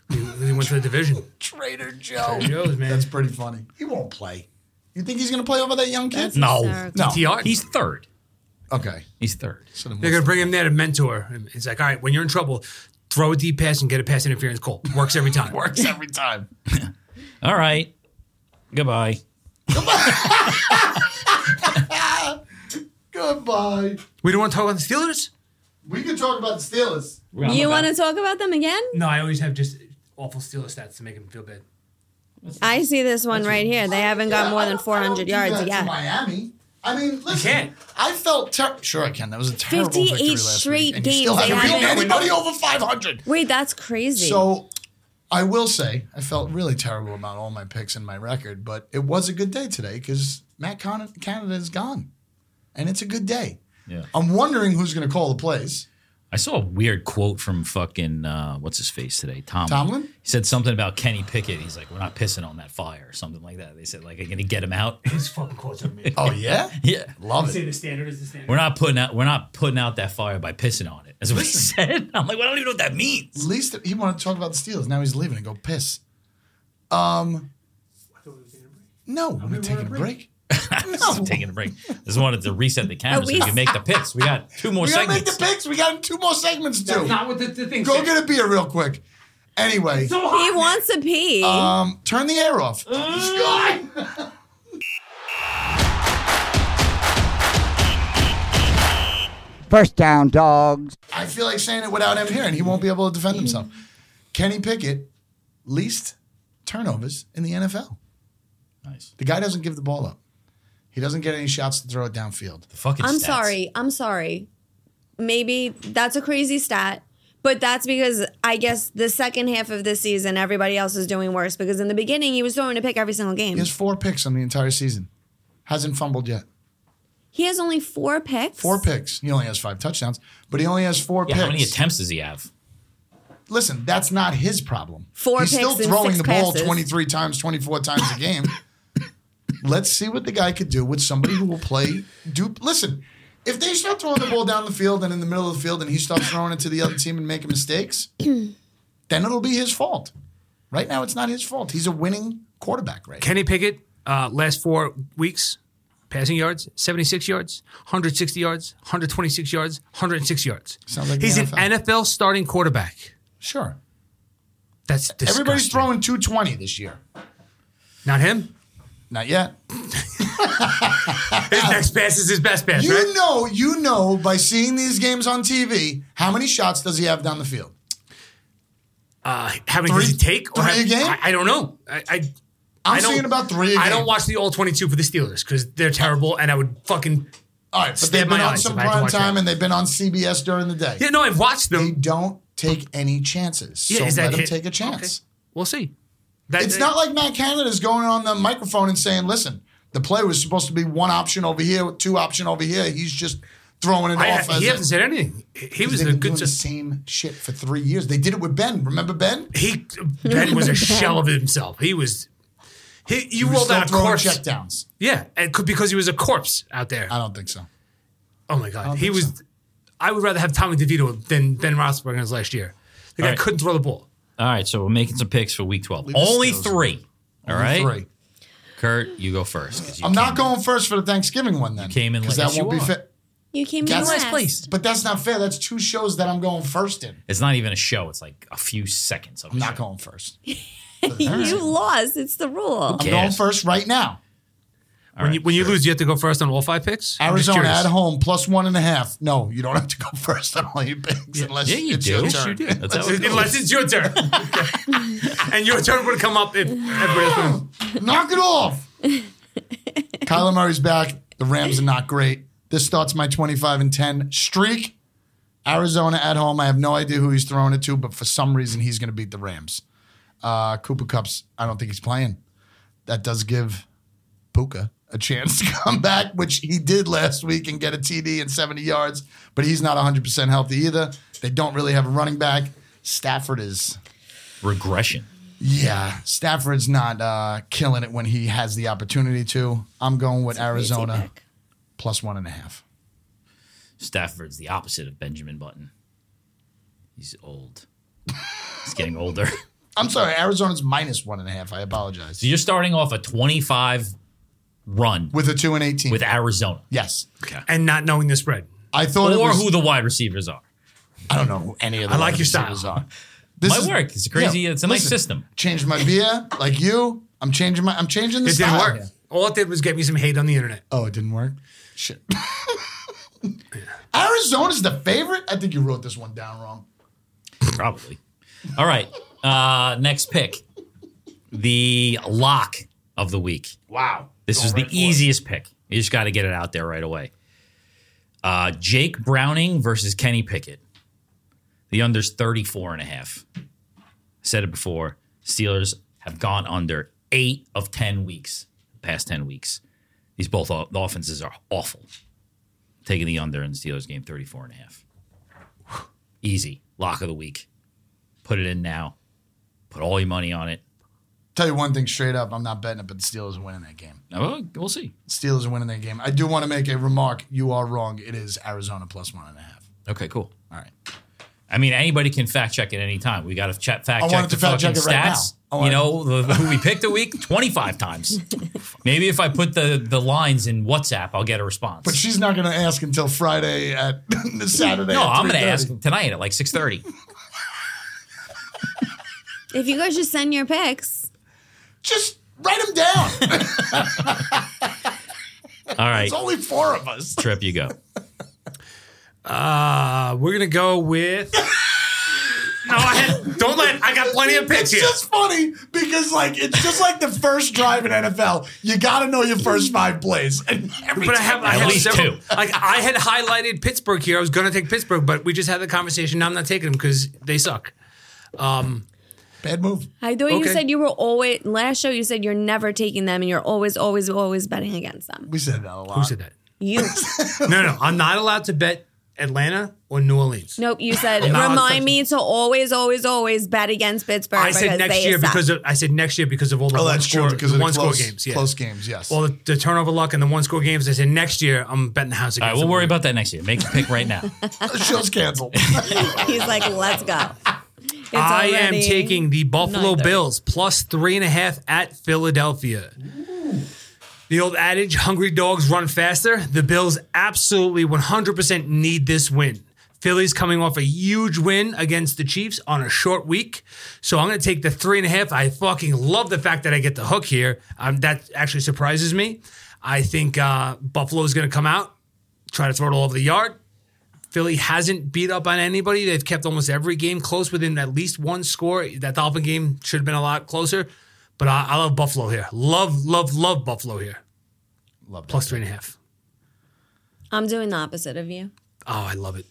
D: He, he went to the division.
C: Trader Joe.
D: Trader Joe's, man.
C: That's pretty funny. He won't play. You think he's going to play over that young kid?
B: That's No. hysterical.
C: No.
D: TR.
A: He's third.
C: Okay.
A: He's third.
D: They're gonna bring him there to mentor. him. It's like, all right, when you're in trouble, throw a deep pass and get a pass interference call. Works every time.
C: Works every time.
A: All right. Goodbye.
C: Goodbye.
D: We don't want to talk about the Steelers.
C: We can talk about the Steelers.
B: You want to talk about them again?
D: No, I always have just awful Steelers stats to make him feel bad.
B: I see this one right here. They haven't got
C: Yeah,
B: more
C: I
B: than
C: don't- I don't
B: 400
C: do
B: yards
C: that to
B: yet.
C: Miami. I mean, listen.
D: can't.
C: I felt ter- sure I can. That was a terrible
B: 58
C: victory last
B: straight
C: week, and you still
B: games they
C: haven't beaten
B: haven't-
C: anybody over 500.
B: Wait, that's crazy.
C: So I will say I felt really terrible about all my picks and my record, but it was a good day today because Matt Con- Canada is gone, and it's a good day.
A: Yeah.
C: I'm wondering who's going to call the plays.
A: I saw a weird quote from fucking uh, what's his face today, Tomlin.
C: Tomlin?
A: He said something about Kenny Pickett. He's like, "We're not pissing on that fire," or something like that. They said, "Like, are you gonna get him out?"
D: His fucking quotes are me.
C: Oh yeah,
A: yeah,
C: love it.
D: the standard is the standard.
A: we're not putting out. We're not putting out that fire by pissing on it. That's what he said. I'm like, well, I don't even know what that means.
C: At least he wanted to talk about the Steelers. Now he's leaving and go piss. Um. No, we're taking a break.
A: I'm taking a break. Just wanted to reset the camera so we
B: we-
A: can make the picks. We got two more
C: We gotta make
A: segments.
C: the picks. We got two more segments to do.
D: what the, the thing.
C: Go get a beer real quick. Anyway,
B: he wants to pee.
C: um, turn the air off. Uh.
E: First down, dogs.
C: I feel like saying it without him here, and he won't be able to defend himself. Kenny Pickett, least turnovers in the NFL.
A: nice.
C: The guy doesn't give the ball up. He doesn't get any shots to throw it downfield.
A: The fucking.
B: I'm
A: stats.
B: sorry. I'm sorry. Maybe that's a crazy stat, but that's because I guess the second half of this season, everybody else is doing worse because in the beginning, he was throwing a pick every single game.
C: He has four picks on the entire season. Hasn't fumbled yet.
B: He has only four picks.
C: Four picks. He only has five touchdowns, but he only has four
A: Yeah,
C: picks.
A: how many attempts does he have?
C: Listen, that's not his problem.
B: Four
C: He's still
B: picks and
C: throwing
B: six
C: the ball
B: passes.
C: 23 times, 24 times a game. Let's see what the guy could do with somebody who will play. Do listen, if they start throwing the ball down the field and in the middle of the field, and he starts throwing it to the other team and making mistakes, then it'll be his fault. Right now, it's not his fault. He's a winning quarterback, right?
D: Kenny Pickett, uh, last four weeks, passing yards, 76 yards, 160 yards, 126 yards, 106 yards.
C: Sounds like the
D: He's an
C: NFL.
D: NFL starting quarterback.
C: sure.
D: That's disgusting.
C: Everybody's throwing 220 this year.
D: Not him.
C: Not yet.
D: His next pass is his best pass,
C: You
D: right?
C: know, you know by seeing these games on TV, how many shots does he have down the field?
D: Uh, how many does
C: Three-
D: he take?
C: three
D: how-
C: a game?
D: I, I don't know. I, I,
C: I'm
D: I don't-
C: seeing about three. a
D: I
C: game.
D: don't watch the all 22 for the Steelers because they're terrible and I would fucking.
C: All right, but
D: Stab
C: they've
D: my
C: been on
D: eyes
C: some
D: if I had to
C: prime
D: watch
C: time
D: that.
C: and they've been on CBS during the day.
D: Yeah, no, I've watched
C: They
D: them.
C: don't take any chances.
D: Yeah,
C: so
D: is that
C: let them
D: it?
C: take a chance.
D: We'll see. That-
C: It's not like Matt Canada's going on the microphone and saying, listen, the play was supposed to be one option over here, two option over here. He's just throwing it
D: I,
C: off as
D: he
C: a-
D: hasn't said anything. He- He was
C: They've
D: a
C: been
D: good.
C: doing the same shit for three years. They did it with Ben. Remember Ben?
D: he Ben was a shell of himself. He was he you
C: He was
D: rolled
C: still
D: out a
C: throwing
D: corpse.
C: checkdowns.
D: Yeah, and could, because he was a corpse out there.
C: I don't think so.
D: oh my god, he
C: think
D: was. I would rather have Tommy DeVito than Ben Roethlisberger in his last year. The guy
A: All right.
D: couldn't throw the ball.
A: All right, so we're making some picks for Week 12.
C: the
A: Only
C: Steelers.
A: three. All right,
C: Three.
A: Kurt, you go first. 'cause you
C: I'm
A: came-
C: not going first for the Thanksgiving one then.
A: came in
C: because
A: late.
C: that
A: Yes,
C: won't
A: you
C: be
A: are.
C: fit.
B: You came in
C: That's
B: last.
C: nice place. But that's not fair. That's two shows that I'm going first in.
A: It's not even a show. It's like a few seconds. Of
C: I'm
A: show.
C: not going first.
B: You lost. It's the rule.
C: I'm
A: Yes.
C: going first right now.
D: when you, when you lose, you have to go first on all five picks. I'm just
C: Arizona at
D: curious.
C: home plus one and a half. No, you don't have to go first on all your picks unless
A: Yeah, you
C: it's
A: do.
C: your
A: Yes,
C: turn.
A: you do. That's how it goes.
D: Unless it's your turn, and your turn would come up if everybody else. Would.
C: Knock it off. Kyler Murray's back. The Rams are not great. This starts my 25 and 10 streak. Arizona at home. I have no idea who he's throwing it to, but for some reason he's going to beat the Rams. Uh, Cooper Cups. I don't think he's playing. that does give Puka a chance to come back, which he did last week and get a TD and 70 yards, but he's not 100% healthy either. They don't really have a running back. Stafford is,
A: Regression.
C: yeah, Stafford's not uh, killing it when he has the opportunity to. I'm going with Arizona
B: Pick.
C: plus one and a half.
A: Stafford's the opposite of Benjamin Button. He's old. He's getting older.
C: I'm sorry, Arizona's minus one and a half. I apologize.
A: So you're starting off a 25 run
C: With a two and 18.
A: with Arizona,
C: yes.
D: and not knowing the spread.
C: I thought it
A: or
C: was,
A: who the wide receivers are.
C: I don't know who any of the
D: I like
C: wide
D: your style.
C: receivers are. This
A: Might work. It's crazy. It's a nice system.
C: Changed my beer like you. I'm changing my. I'm changing the
D: It didn't
C: style.
D: work. All it did was get me some hate on the internet.
C: Oh, it didn't work. Shit. Arizona's the favorite. I think you wrote this one down wrong.
A: Probably. All right. Uh, next pick. The lock of the week.
C: Wow.
A: This
C: Going
A: is the
C: right for it.
A: easiest pick. You just got to get it out there right away. Uh, Jake Browning versus Kenny Pickett. The under's 34 and a half. I said it before. Steelers have gone under eight of 10 weeks, past 10 weeks. These both o- the offenses are awful. Taking the under in the Steelers game 34 and a half. Easy. Lock of the week. Put it in now. Put all your money on it.
C: Tell you one thing straight up. I'm not betting it, but the Steelers are winning that game.
A: Oh, We'll see.
C: Steelers are winning that game. I do want to make a remark. You are wrong. It is Arizona plus one and a half.
A: Okay, cool. All right. I mean, anybody can fact check at any time. We got to check fact
C: I
A: check
C: wanted
A: the
C: to fact
A: fucking
C: check it right
A: stats.
C: now. Oh, I
A: you know, the, who we picked a week twenty five times. Maybe if I put the the lines in WhatsApp, I'll get a response.
C: But she's not going to ask until Friday at Saturday.
A: no,
C: at
A: I'm going to
C: 3:30.
A: ask tonight at like six thirty.
B: If you guys just send your picks,
C: Just write them down.
A: All right,
C: It's only four of us.
A: trip, you go.
D: Uh, we're gonna go with. no, I had, don't let. I got plenty of picks
C: It's
D: here.
C: just funny because like it's just like the first drive in NFL. You gotta know your first five plays. And every
D: But I
C: time-
D: have I
A: At
D: have
A: least
D: several-
A: two.
D: Like I had highlighted Pittsburgh here. I was gonna take Pittsburgh, but we just had the conversation. Now I'm not taking them because they suck.
C: bad move.
B: I thought you
D: Okay.
B: said you were always last show. You said you're never taking them, and you're always, always, always betting against them.
C: We said that a lot.
D: Who said that?
B: You,
D: No, no, I'm not allowed to bet Atlanta or New Orleans.
B: nope. You said
D: No, I'm
B: remind
D: such-
B: me to always, always, always bet against Pittsburgh.
D: I said
B: because
D: next
B: they
D: year
B: suck.
D: because of, I said next year because of all the
C: Oh,
D: one
C: that's
D: score,
C: true because
D: the
C: of the
D: one
C: close,
D: score games. Yeah.
C: close games. Yes.
D: All the, the turnover luck and the one score games. I said next year I'm betting the house
A: All
D: against.
A: right, we'll
D: them.
A: worry about that next year. Make the pick right now.
C: the show's canceled.
B: he's like, let's go. It's
D: I am
B: already-
D: taking the Buffalo
B: 9:30.
D: Bills plus three and a half at Philadelphia. The old adage, hungry dogs run faster. The Bills absolutely 100% need this win. Philly's coming off a huge win against the Chiefs on a short week. So I'm going to take the three and a half. I fucking love the fact that I get the hook here. Um, that actually surprises me. I think uh, Buffalo's going to come out, try to throw it all over the yard. Philly hasn't beat up on anybody. They've kept almost every game close within at least one score. That Dolphin game should have been a lot closer, but I, I love Buffalo here. Love, love, love Buffalo here.
C: Love that.
D: Plus three and a half.
B: I'm doing the opposite of you.
D: Oh, I love it.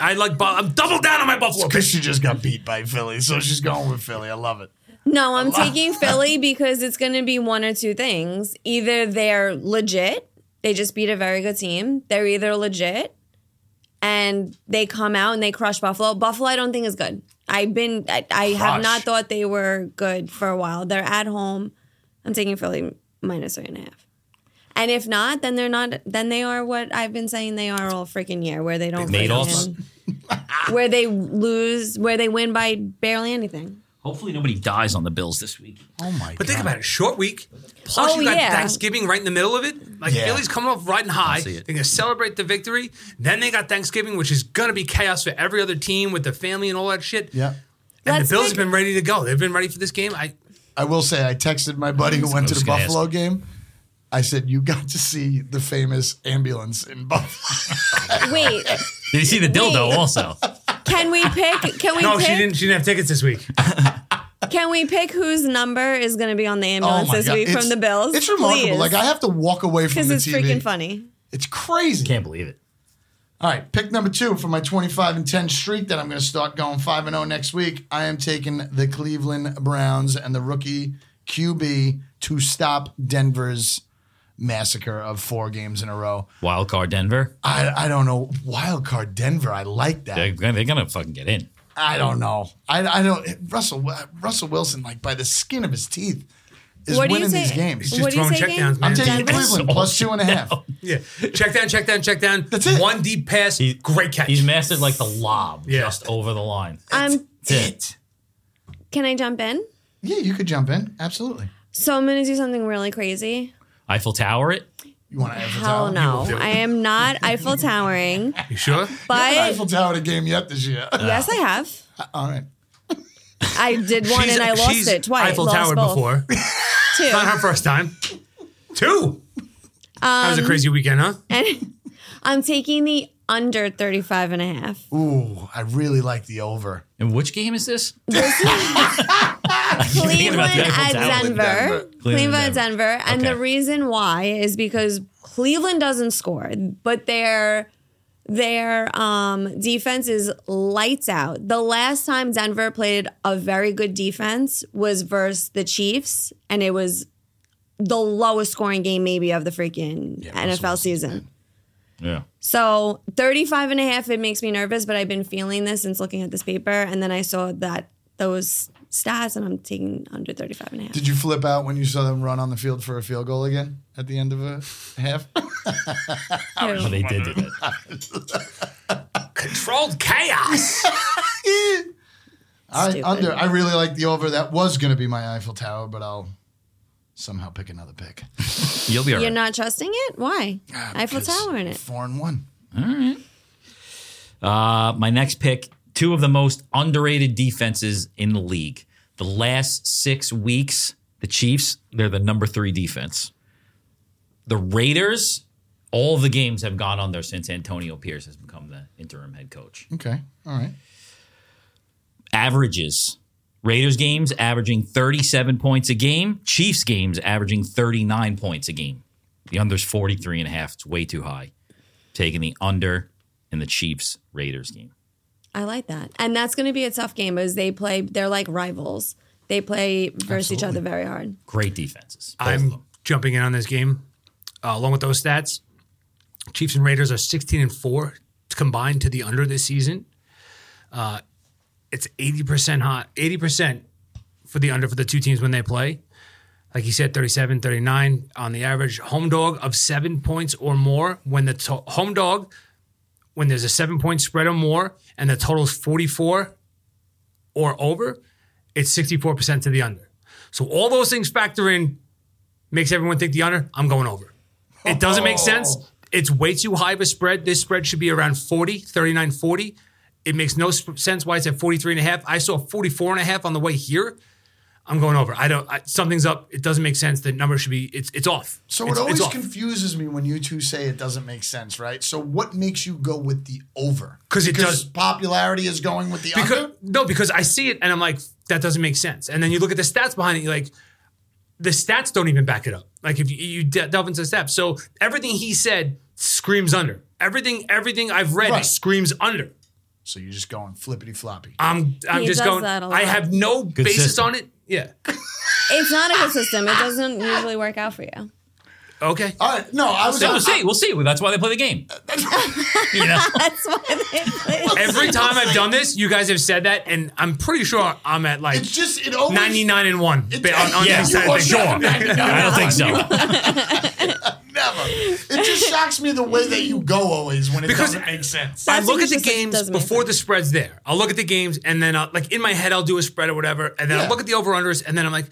D: I like. Bu- I'm double down on my Buffalo.
C: because she just got beat by Philly, so she's going with Philly. I love it.
B: No, I'm taking Philly because it's going to be one or two things. Either they're legit, they just beat a very good team. They're either legit and they come out and they crush Buffalo. Buffalo, I don't think is good. I've been, I, I have
C: Crush.
B: not thought they were good for a while. They're at home. I'm taking Philly minus three and a half. And if not, then they're not. Then they are what I've been saying they are all freaking year, where they don't
A: Made offs.
B: freaking- where they lose, where they win by barely anything.
A: Hopefully, nobody dies on the Bills this week.
C: Oh my
D: But think about it. Short week. Plus,
B: Oh,
D: you got
B: yeah.
D: Thanksgiving right in the middle of it. Like
C: Yeah.
D: Philly's coming off riding high.
A: see
D: They're
A: it.
D: gonna celebrate the victory. Then they got Thanksgiving, which is gonna be chaos for every other team with the family and all that shit.
C: Yeah.
D: And
B: Let's
D: the Bills
B: pick-
D: have been ready to go. They've been ready for this game. I
C: I will say I texted my buddy who
A: That's
C: went
A: what I
C: to the
A: was gonna ask.
C: Buffalo game. I said, You got to see the famous ambulance in Buffalo.
B: Wait,
A: Did you see the dildo
B: Wait.
A: also?
B: Can we pick? Can we
D: no,
B: pick?
D: she didn't. She didn't have tickets this week.
B: Can we pick whose number is going to be on
D: Oh
B: the
A: Oh
B: ambulance this week
C: It's-
B: from the Bills?
C: It's remarkable.
B: Please.
C: Like I have to walk away from
B: because
C: the
B: it's
C: TV.
B: freaking funny.
C: It's crazy.
A: Can't believe it.
C: All right, pick number two for my 25 and 10 streak that I'm going to start going oh 5 and 0 next week. I am taking the Cleveland Browns and the rookie QB to stop Denver's massacre of four games in a row.
A: Wild card Denver.
C: I, I don't know. Wild card Denver. I like that.
A: They're, gonna- they're gonna fucking get in.
C: I don't know. I, I don't. Russell Russell Wilson, like by the skin of his teeth, is
B: What do you
C: winning these
B: say-
C: games.
D: Just
B: What do you
D: throwing
B: say,
D: check
B: Gabe?
D: downs, man.
C: I'm taking
B: Denver?
C: Cleveland plus two and a half.
D: Yeah. Check down, check down, check down.
C: That's it.
D: One deep pass.
A: He-
D: great catch.
A: He's mastered like the lob
D: Yeah.
A: just over the line.
B: Um,
A: That's it.
B: can I jump in?
C: Yeah, you could jump in. Absolutely.
B: So I'm gonna do something really crazy.
A: Eiffel Tower it.
C: You want to Eiffel
B: Hell
C: Tower?
B: no, I am not Eiffel Towering,
D: you sure?
C: I
B: but
C: Eiffel Tower at a game yet this year.
B: yes, I have.
C: All right.
B: I did one
D: She's-
B: and I
D: she's
B: lost it twice.
D: Eiffel
B: lost
D: Towered
B: both.
D: before.
B: Two.
D: Not her first time. Two. that was a crazy weekend, huh?
B: Um, And I'm taking the under 35 and a half.
C: Ooh, I really like the over.
A: And which game is this?
B: Cleveland
A: about the
B: at
A: Eiffel Tower.
B: Denver.
C: Denver.
B: Cleveland at
A: Denver.
B: Denver. And
A: Okay.
B: the reason why is because Cleveland doesn't score, but their their um, defense is lights out. The last time Denver played a very good defense was versus the Chiefs, and it was the lowest scoring game maybe of the freaking NFL season.
A: Yeah.
B: So 35 and a half, it makes me nervous, but I've been feeling this since looking at this paper. And then I saw that those stats and I'm taking under 35 and a half.
C: Did you flip out when you saw them run on the field for a field goal again at the end of a half?
A: But they did do that.
D: Controlled chaos.
C: All right,
B: Stupid.
C: under. I really like the over. That was going to be my Eiffel Tower, but I'll somehow pick another pick.
A: You'll be all
B: You're
A: right.
B: not trusting it? Why?
C: Ah,
B: Eiffel
C: because
B: Tower in it.
C: Four and one.
A: Uh, my next pick two of the most underrated defenses in the league. The last six weeks, the Chiefs, they're the number three defense. The Raiders, all the games have gone under since Antonio Pierce has become the interim head coach.
C: Okay. All right.
A: averages. Raiders games averaging 37 points a game, Chiefs games averaging 39 points a game. The under's 43 and a half. It's way too high. Taking the under in the Chiefs Raiders game.
B: I like that. And that's going to be a tough game because they play, they're like rivals. They play versus each other very hard.
A: Great defenses. both of
D: I'm
A: them.
D: jumping in on this game. Uh, along with those stats, Chiefs and Raiders are 16 and 4 combined to the under this season. Uh, it's 80% hot, 80% for the under for the two teams when they play. Like you said, 37, 39 on the average. Home dog of seven points or more when the to- home dog, when there's a seven point spread or more and the total is 44 or over, it's 64% to the under. So all those things factor in makes everyone think the under. I'm going over. It doesn't make
C: Oh.
D: sense. It's way too high of a spread. This spread should be around 40, 39, 40. It makes no sp- sense why it's at 43 and a half. I saw 44 and a half on the way here. I'm going over. I don't I, something's up. It doesn't make sense. The number should be it's it's off.
C: So
D: It's- it's
C: it always
D: off.
C: confuses me when you two say it doesn't make sense, right? So what makes you go with the over?
D: 'Cause it
C: because
D: does-
C: popularity is going with the
D: because
C: under.
D: no, because I see it and I'm like, that doesn't make sense. And then you look at the stats behind it, you're like, the stats don't even back it up. Like if you, you de- delve into the stats, so everything he said screams under. Everything, everything I've read
C: Right.
D: screams under.
C: So you're just going flippity floppy.
D: I'm, I'm
B: He
D: just
B: does
D: going.
B: that a
D: I
B: lot.
D: have no basis
A: system.
D: on it. Yeah.
B: It's not a good system. It doesn't usually work out for you.
D: Okay.
C: All right. No, I was.
A: So we'll see. We'll see. That's why they play the game. You know?
B: That's why they play.
D: Every time I've done this, you guys have said that, and I'm pretty sure I'm at like
C: It's just it always.
D: 99 and one
C: It's-
D: ba- on, on
A: yeah,
D: this
A: you
D: side of
A: are
D: the
A: sure.
D: game.
A: I don't think so.
C: Never. It just shocks me the way that you go always when it
D: Because-
C: doesn't make sense.
D: I
B: That's
D: look
B: what
D: at the
B: just, like,
D: games
B: doesn't make
D: before
B: sense.
D: the spread's there. I'll look at the games and then I'll, like in my head I'll do a spread or whatever, and then
C: Yeah.
D: I'll look at the over unders and then I'm like,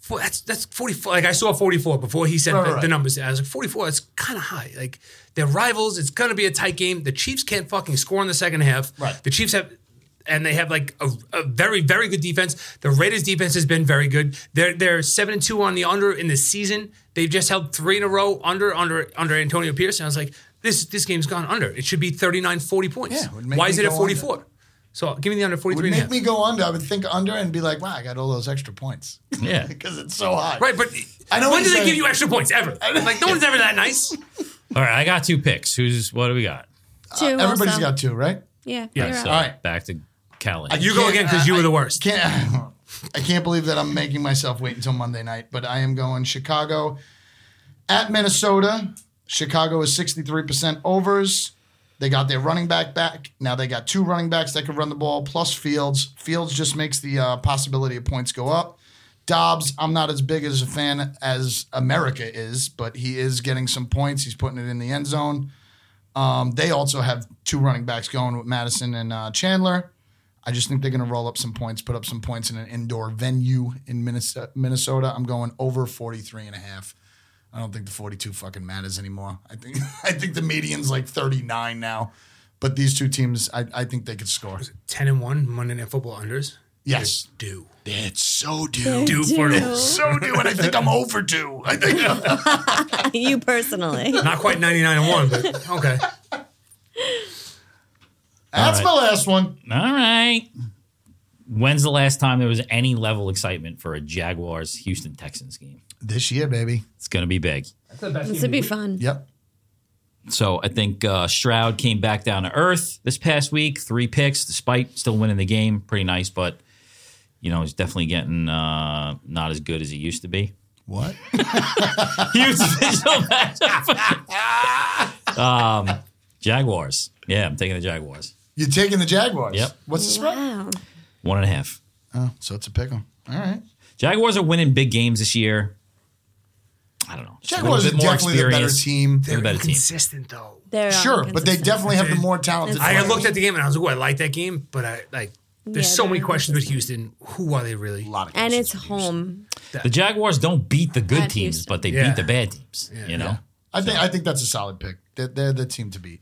D: "Fo- that's that's 44. Like I saw 44 before he said
C: Right,
D: the,
C: right.
D: the numbers. I was like 44. That's kind of high. Like they're rivals. It's gonna be a tight game. The Chiefs can't fucking score in the second half.
C: Right.
D: The Chiefs have. And they have like a, a very, very good defense. The Raiders' defense has been very good. They're they're seven and two on the under in the season. They've just held three in a row under under under Antonio Pierce. And I was like, this this game's gone under. It should be 39, 40 points.
C: Yeah, it would make
D: Why
C: me
D: is it at
C: go
D: 44? So give me the under
C: It
D: 43
C: would
D: and a
C: make
D: half.
C: me go under. I would think under and be like, wow, I got all those extra points.
A: Yeah.
C: because it's so high.
D: Right, but
C: I know what
D: when do
C: you're
D: they give
C: saying.
D: you extra points ever? Like no one's ever that nice.
A: All right. I got two picks. Who's what do we got?
B: Two
C: Everybody's
B: also.
C: got two, right?
B: Yeah.
D: Yeah,
B: you're
A: So
B: right.
C: All right.
A: back to Kelly.
D: You go
C: Can't-
D: again because you were the worst.
C: Can't. I can't believe that I'm making myself wait until Monday night, but I am going Chicago at Minnesota. Chicago is 63% overs. They got their running back back. Now they got two running backs that can run the ball plus Fields. Fields just makes the uh, possibility of points go up. Dobbs, I'm not as big as a fan as America is, but he is getting some points. He's putting it in the end zone. Um, they also have two running backs going with Madison and uh, Chandler. I just think they're going to roll up some points, put up some points in an indoor venue in Minnesota. Minnesota. I'm going over 43 and a half. I don't think the 42 fucking matters anymore. I think I think the median's like 39 now. But these two teams, I, I think they could score.
D: 10 and 1 Monday Night Football unders.
C: Yes.
D: Do.
C: It's so due.
D: Do for us.
C: So due. And I think I'm overdue. I think
B: you personally.
D: Not quite 99 and 1, but okay.
C: that's my last one.
A: All right. When's the last time there was any level excitement for a Jaguars Houston Texans game?
C: This year, baby.
A: It's going to be big.
B: This would be fun.
C: Yep.
A: So I think uh, Stroud came back down to earth this past week, three picks, despite still winning the game. Pretty nice, but you know he's definitely getting uh, not as good as he used to be.
C: What?
A: Huge divisional matchup. um, Jaguars. Yeah, I'm taking the Jaguars.
C: You're taking the Jaguars.
A: Yep.
C: What's the spread?
B: Wow.
A: One and a half.
C: Oh, so it's a pick 'em. All right.
A: Jaguars are winning big games this year. I don't know. Just a little
C: Jaguars are
A: bit more
C: definitely the better
A: experience.
C: team.
A: They're the better team.
D: consistent, though.
B: They're
C: Sure, but they
B: inconsistent.
C: definitely have the more talented.
D: I
C: players.
D: looked at the game and I was like, "Ooh, I like that game," but I like. There's
B: Yeah,
D: so many
B: they're
D: questions with Houston. Who are they really?
C: a lot of
B: And
C: games.
B: it's home.
A: The Jaguars don't beat the good
B: At
A: teams,
B: Houston.
A: but they
D: Yeah.
A: beat the bad teams. You know,
C: I think I think that's a solid pick. They're, they're the team to beat.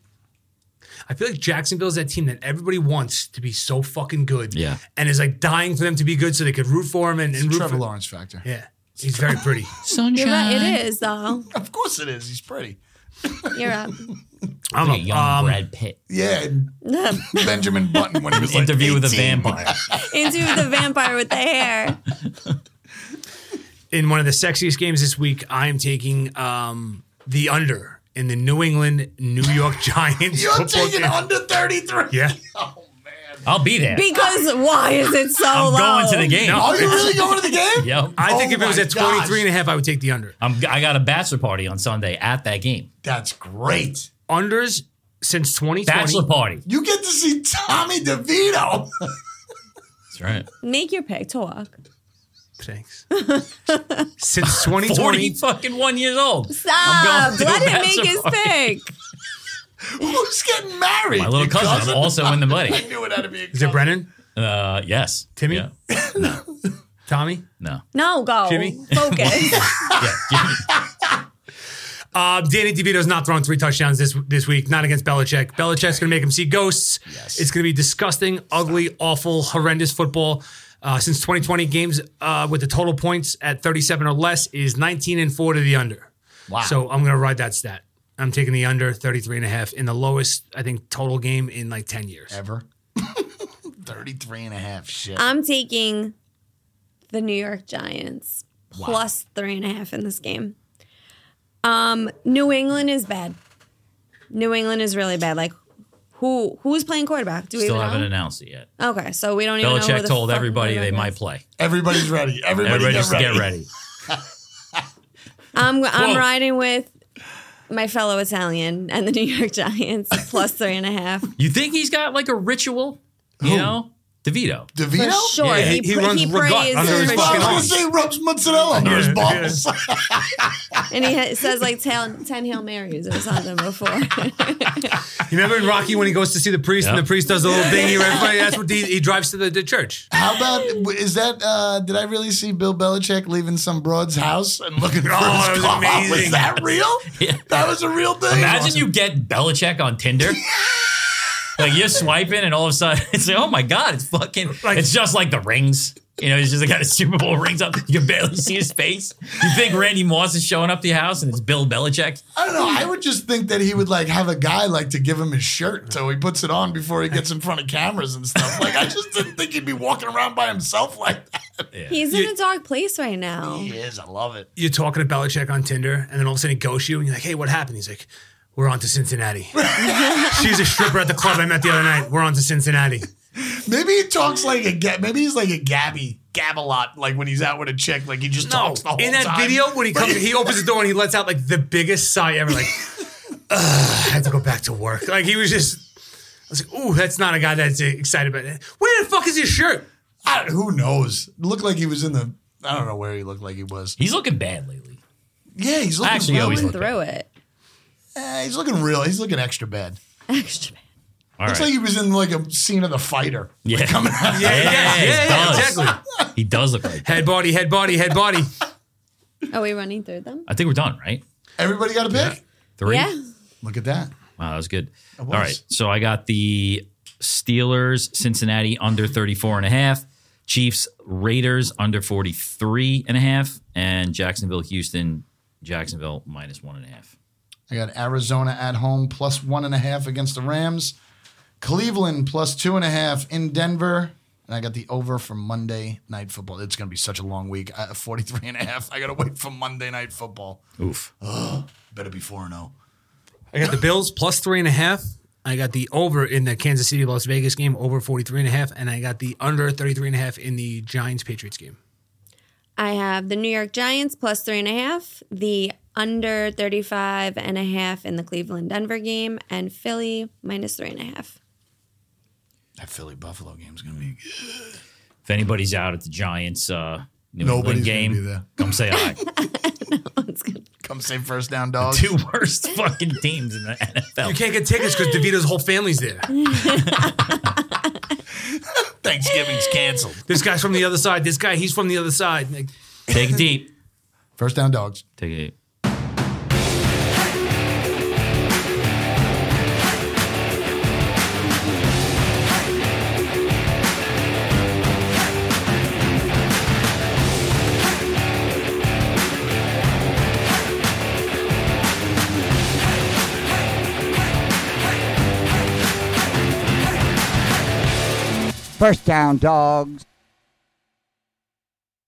D: I feel like Jacksonville's that team that everybody wants to be so fucking good.
A: Yeah.
D: and is like dying for them to be good so they could root for him and, and root
C: Trevor
D: for.
C: Lawrence factor.
D: Yeah, he's very pretty.
A: sunshine.
B: You're right. It is, though.
C: Of course it is. He's pretty.
B: You're up.
D: I
A: Like a
D: don't know.
A: young
D: Um,
A: Brad Pitt.
C: Yeah, and Benjamin Button when he was like
A: Interview with a
C: 18.
A: vampire.
B: Into the vampire with the hair.
D: in one of the sexiest games this week, I am taking um, the under in the New England New York Giants.
C: You're
D: football
C: taking
D: game.
C: under 33.
D: Yeah.
C: Oh man.
A: I'll be there.
B: Because why is it so
A: I'm
B: low?
A: going to the game.
D: No.
C: Are you really going to the game?
A: Yep. I,
D: I think
C: Oh
D: if it was
C: my
D: at 23
C: gosh.
D: and a half, I would take the under.
A: I'm, I got a bachelor party on Sunday at that game.
C: That's great.
D: Unders since 2020.
A: Bachelor party.
C: You get to see Tommy DeVito.
A: That's right.
B: Make your pick, talk.
D: Thanks. Since
A: 40
D: 2020,
A: fucking one years old.
B: Stop.
A: to
B: Let
A: the
B: him make his
A: basketball
B: pick.
C: Who's getting married?
A: My little
C: Your
A: cousin. I'm also in the money.
C: I knew it had to be. a
D: is it
C: cousin.
D: Brennan,
A: Uh, yes.
D: Timmy?
A: Yeah.
D: Tommy?
A: No.
B: No, go.
D: Jimmy?
B: Focus.
A: Yeah. Jimmy.
D: Uh, Danny DeVito's not throwing three touchdowns this this week, not against Belichick. Belichick's going to make him see ghosts.
C: Yes.
D: It's going to be disgusting, ugly, awful, horrendous football. Uh, since 2020, games uh, with the total points at 37 or less is 19 and 4 to the under.
C: Wow.
D: So I'm going to ride that stat. I'm taking the under 33 and a half in the lowest, I think, total game in like 10 years.
C: ever. 33 and a half. Shit.
B: I'm taking the New York Giants plus three and a half in this game. Um, New England is bad. New England is really bad. Like, who who's playing quarterback? Do we
A: Still
B: even
A: haven't
B: know?
A: announced it yet.
B: Okay, so we don't even know. who
A: Belichick
B: the
A: told
B: fuck
A: everybody they
B: quarterback
A: might
B: is.
A: play.
C: Everybody's ready. Everybody,
A: Everybody
C: get,
A: just
C: ready.
A: get ready.
B: I'm I'm
A: Whoa.
B: riding with my fellow Italian and the New York Giants plus three and a half.
A: You think he's got like a ritual? You know? DeVito.
B: For
C: DeVito?
B: sure,
A: Yeah,
B: he,
D: he
B: pr-
D: runs
B: he
D: regatta
B: prays
D: under his
B: for
C: I
D: fucking
B: sure.
C: was going
D: arm.
C: to say rubs mozzarella under his
D: Yeah.
C: balls.
B: and he ha- says like ten, 10 Hail Marys or something before.
D: You remember in Rocky when he goes to see the priest
A: Yeah.
D: and the priest does the little thingy right in front of you? That's what he, he drives to the, the church.
C: How about, is that, uh, did I really see Bill Belichick leaving some broad's house and looking for
D: Oh, that
C: his
D: was
C: car? Was
D: amazing.
C: that real?
A: Yeah.
C: That was a real thing.
A: Imagine you get Belichick on Tinder. like you're swiping, and all of a sudden it's like, oh my god, it's fucking.
D: Like-
A: it's just like the rings. You know, he's just got his Super Bowl rings up. You can barely see his face. You think Randy Moss is showing up to your house, and it's Bill Belichick.
C: I don't know. I would just think that he would like have a guy like to give him his shirt so he puts it on before he gets in front of cameras and stuff. Like I just didn't think he'd be walking around by himself like that.
B: He's in a dark place right now.
C: He is. I love it.
D: you're talking to Belichick on Tinder, and then all of a sudden he ghosts you, and you're like, "Hey, what happened?" He's like, "We're on to Cincinnati." She's a stripper at the club I met the other night. We're on to Cincinnati.
C: Maybe he talks like a Ga- maybe he's like a Gabby Gabalot, like when he's out with a chick, like he just
D: No,
C: talks the whole
D: in that
C: time.
D: video when he comes, he opens the door and he lets out like the biggest sigh ever. Like, Ugh, I had to go back to work. Like he was just. I was like, ooh, that's not a guy that's excited about it. Where the fuck is his shirt?
C: I don't- who knows? Looked like he was in the. I don't know where he looked like he was.
A: He's looking bad lately.
C: Yeah, he's looking.
A: Actually,
C: real-
A: always
B: Going
A: look
B: through it.
C: eh, he's looking real. He's looking extra bad.
B: Extra bad.
A: All
C: Looks
A: right.
C: like he was in like a scene of the fighter.
A: yeah. yeah,
D: yeah,
A: he
D: yeah,
A: does.
D: exactly.
A: He does look like that.
D: Head body, head body, head body.
B: Are we running through them?
A: I think we're done, right?
C: Everybody got a pick.
A: Three?
B: Yeah.
C: Look at that.
A: Wow, that was good.
C: was.
A: All right. So I got the Steelers, Cincinnati under 34 and a half, Chiefs, Raiders under 43 and a half, and Jacksonville, Houston, Jacksonville minus one and a half.
C: I got Arizona at home plus one and a half against the Rams. Cleveland plus two and a half in Denver. And I got the over for Monday night football. It's going to be such a long week. Uh, 43 and a half. I got to wait for Monday night football.
A: Oof.
C: Better be 4 and oh. 0.
D: I got the Bills plus three and a half. I got the over in the Kansas City Las Vegas game, over 43 and a half. And I got the under 33 and a half in the Giants Patriots game.
B: I have the New York Giants plus three and a half, the under 35 and a half in the Cleveland Denver game, and Philly minus three and a half.
C: That Philly Buffalo game is going to be.
A: If anybody's out at the Giants uh, New England
C: Nobody's gonna
A: game,
C: be there.
A: come say hi.
C: Come say first down, dog.
A: Two worst fucking teams in the NFL.
D: You can't get tickets because DeVito's whole family's there.
C: Thanksgiving's canceled.
D: This guy's from the other side. This guy, he's from the other side. Like,
A: Take it deep.
C: First down, dogs.
A: Take it deep.
E: First down dogs.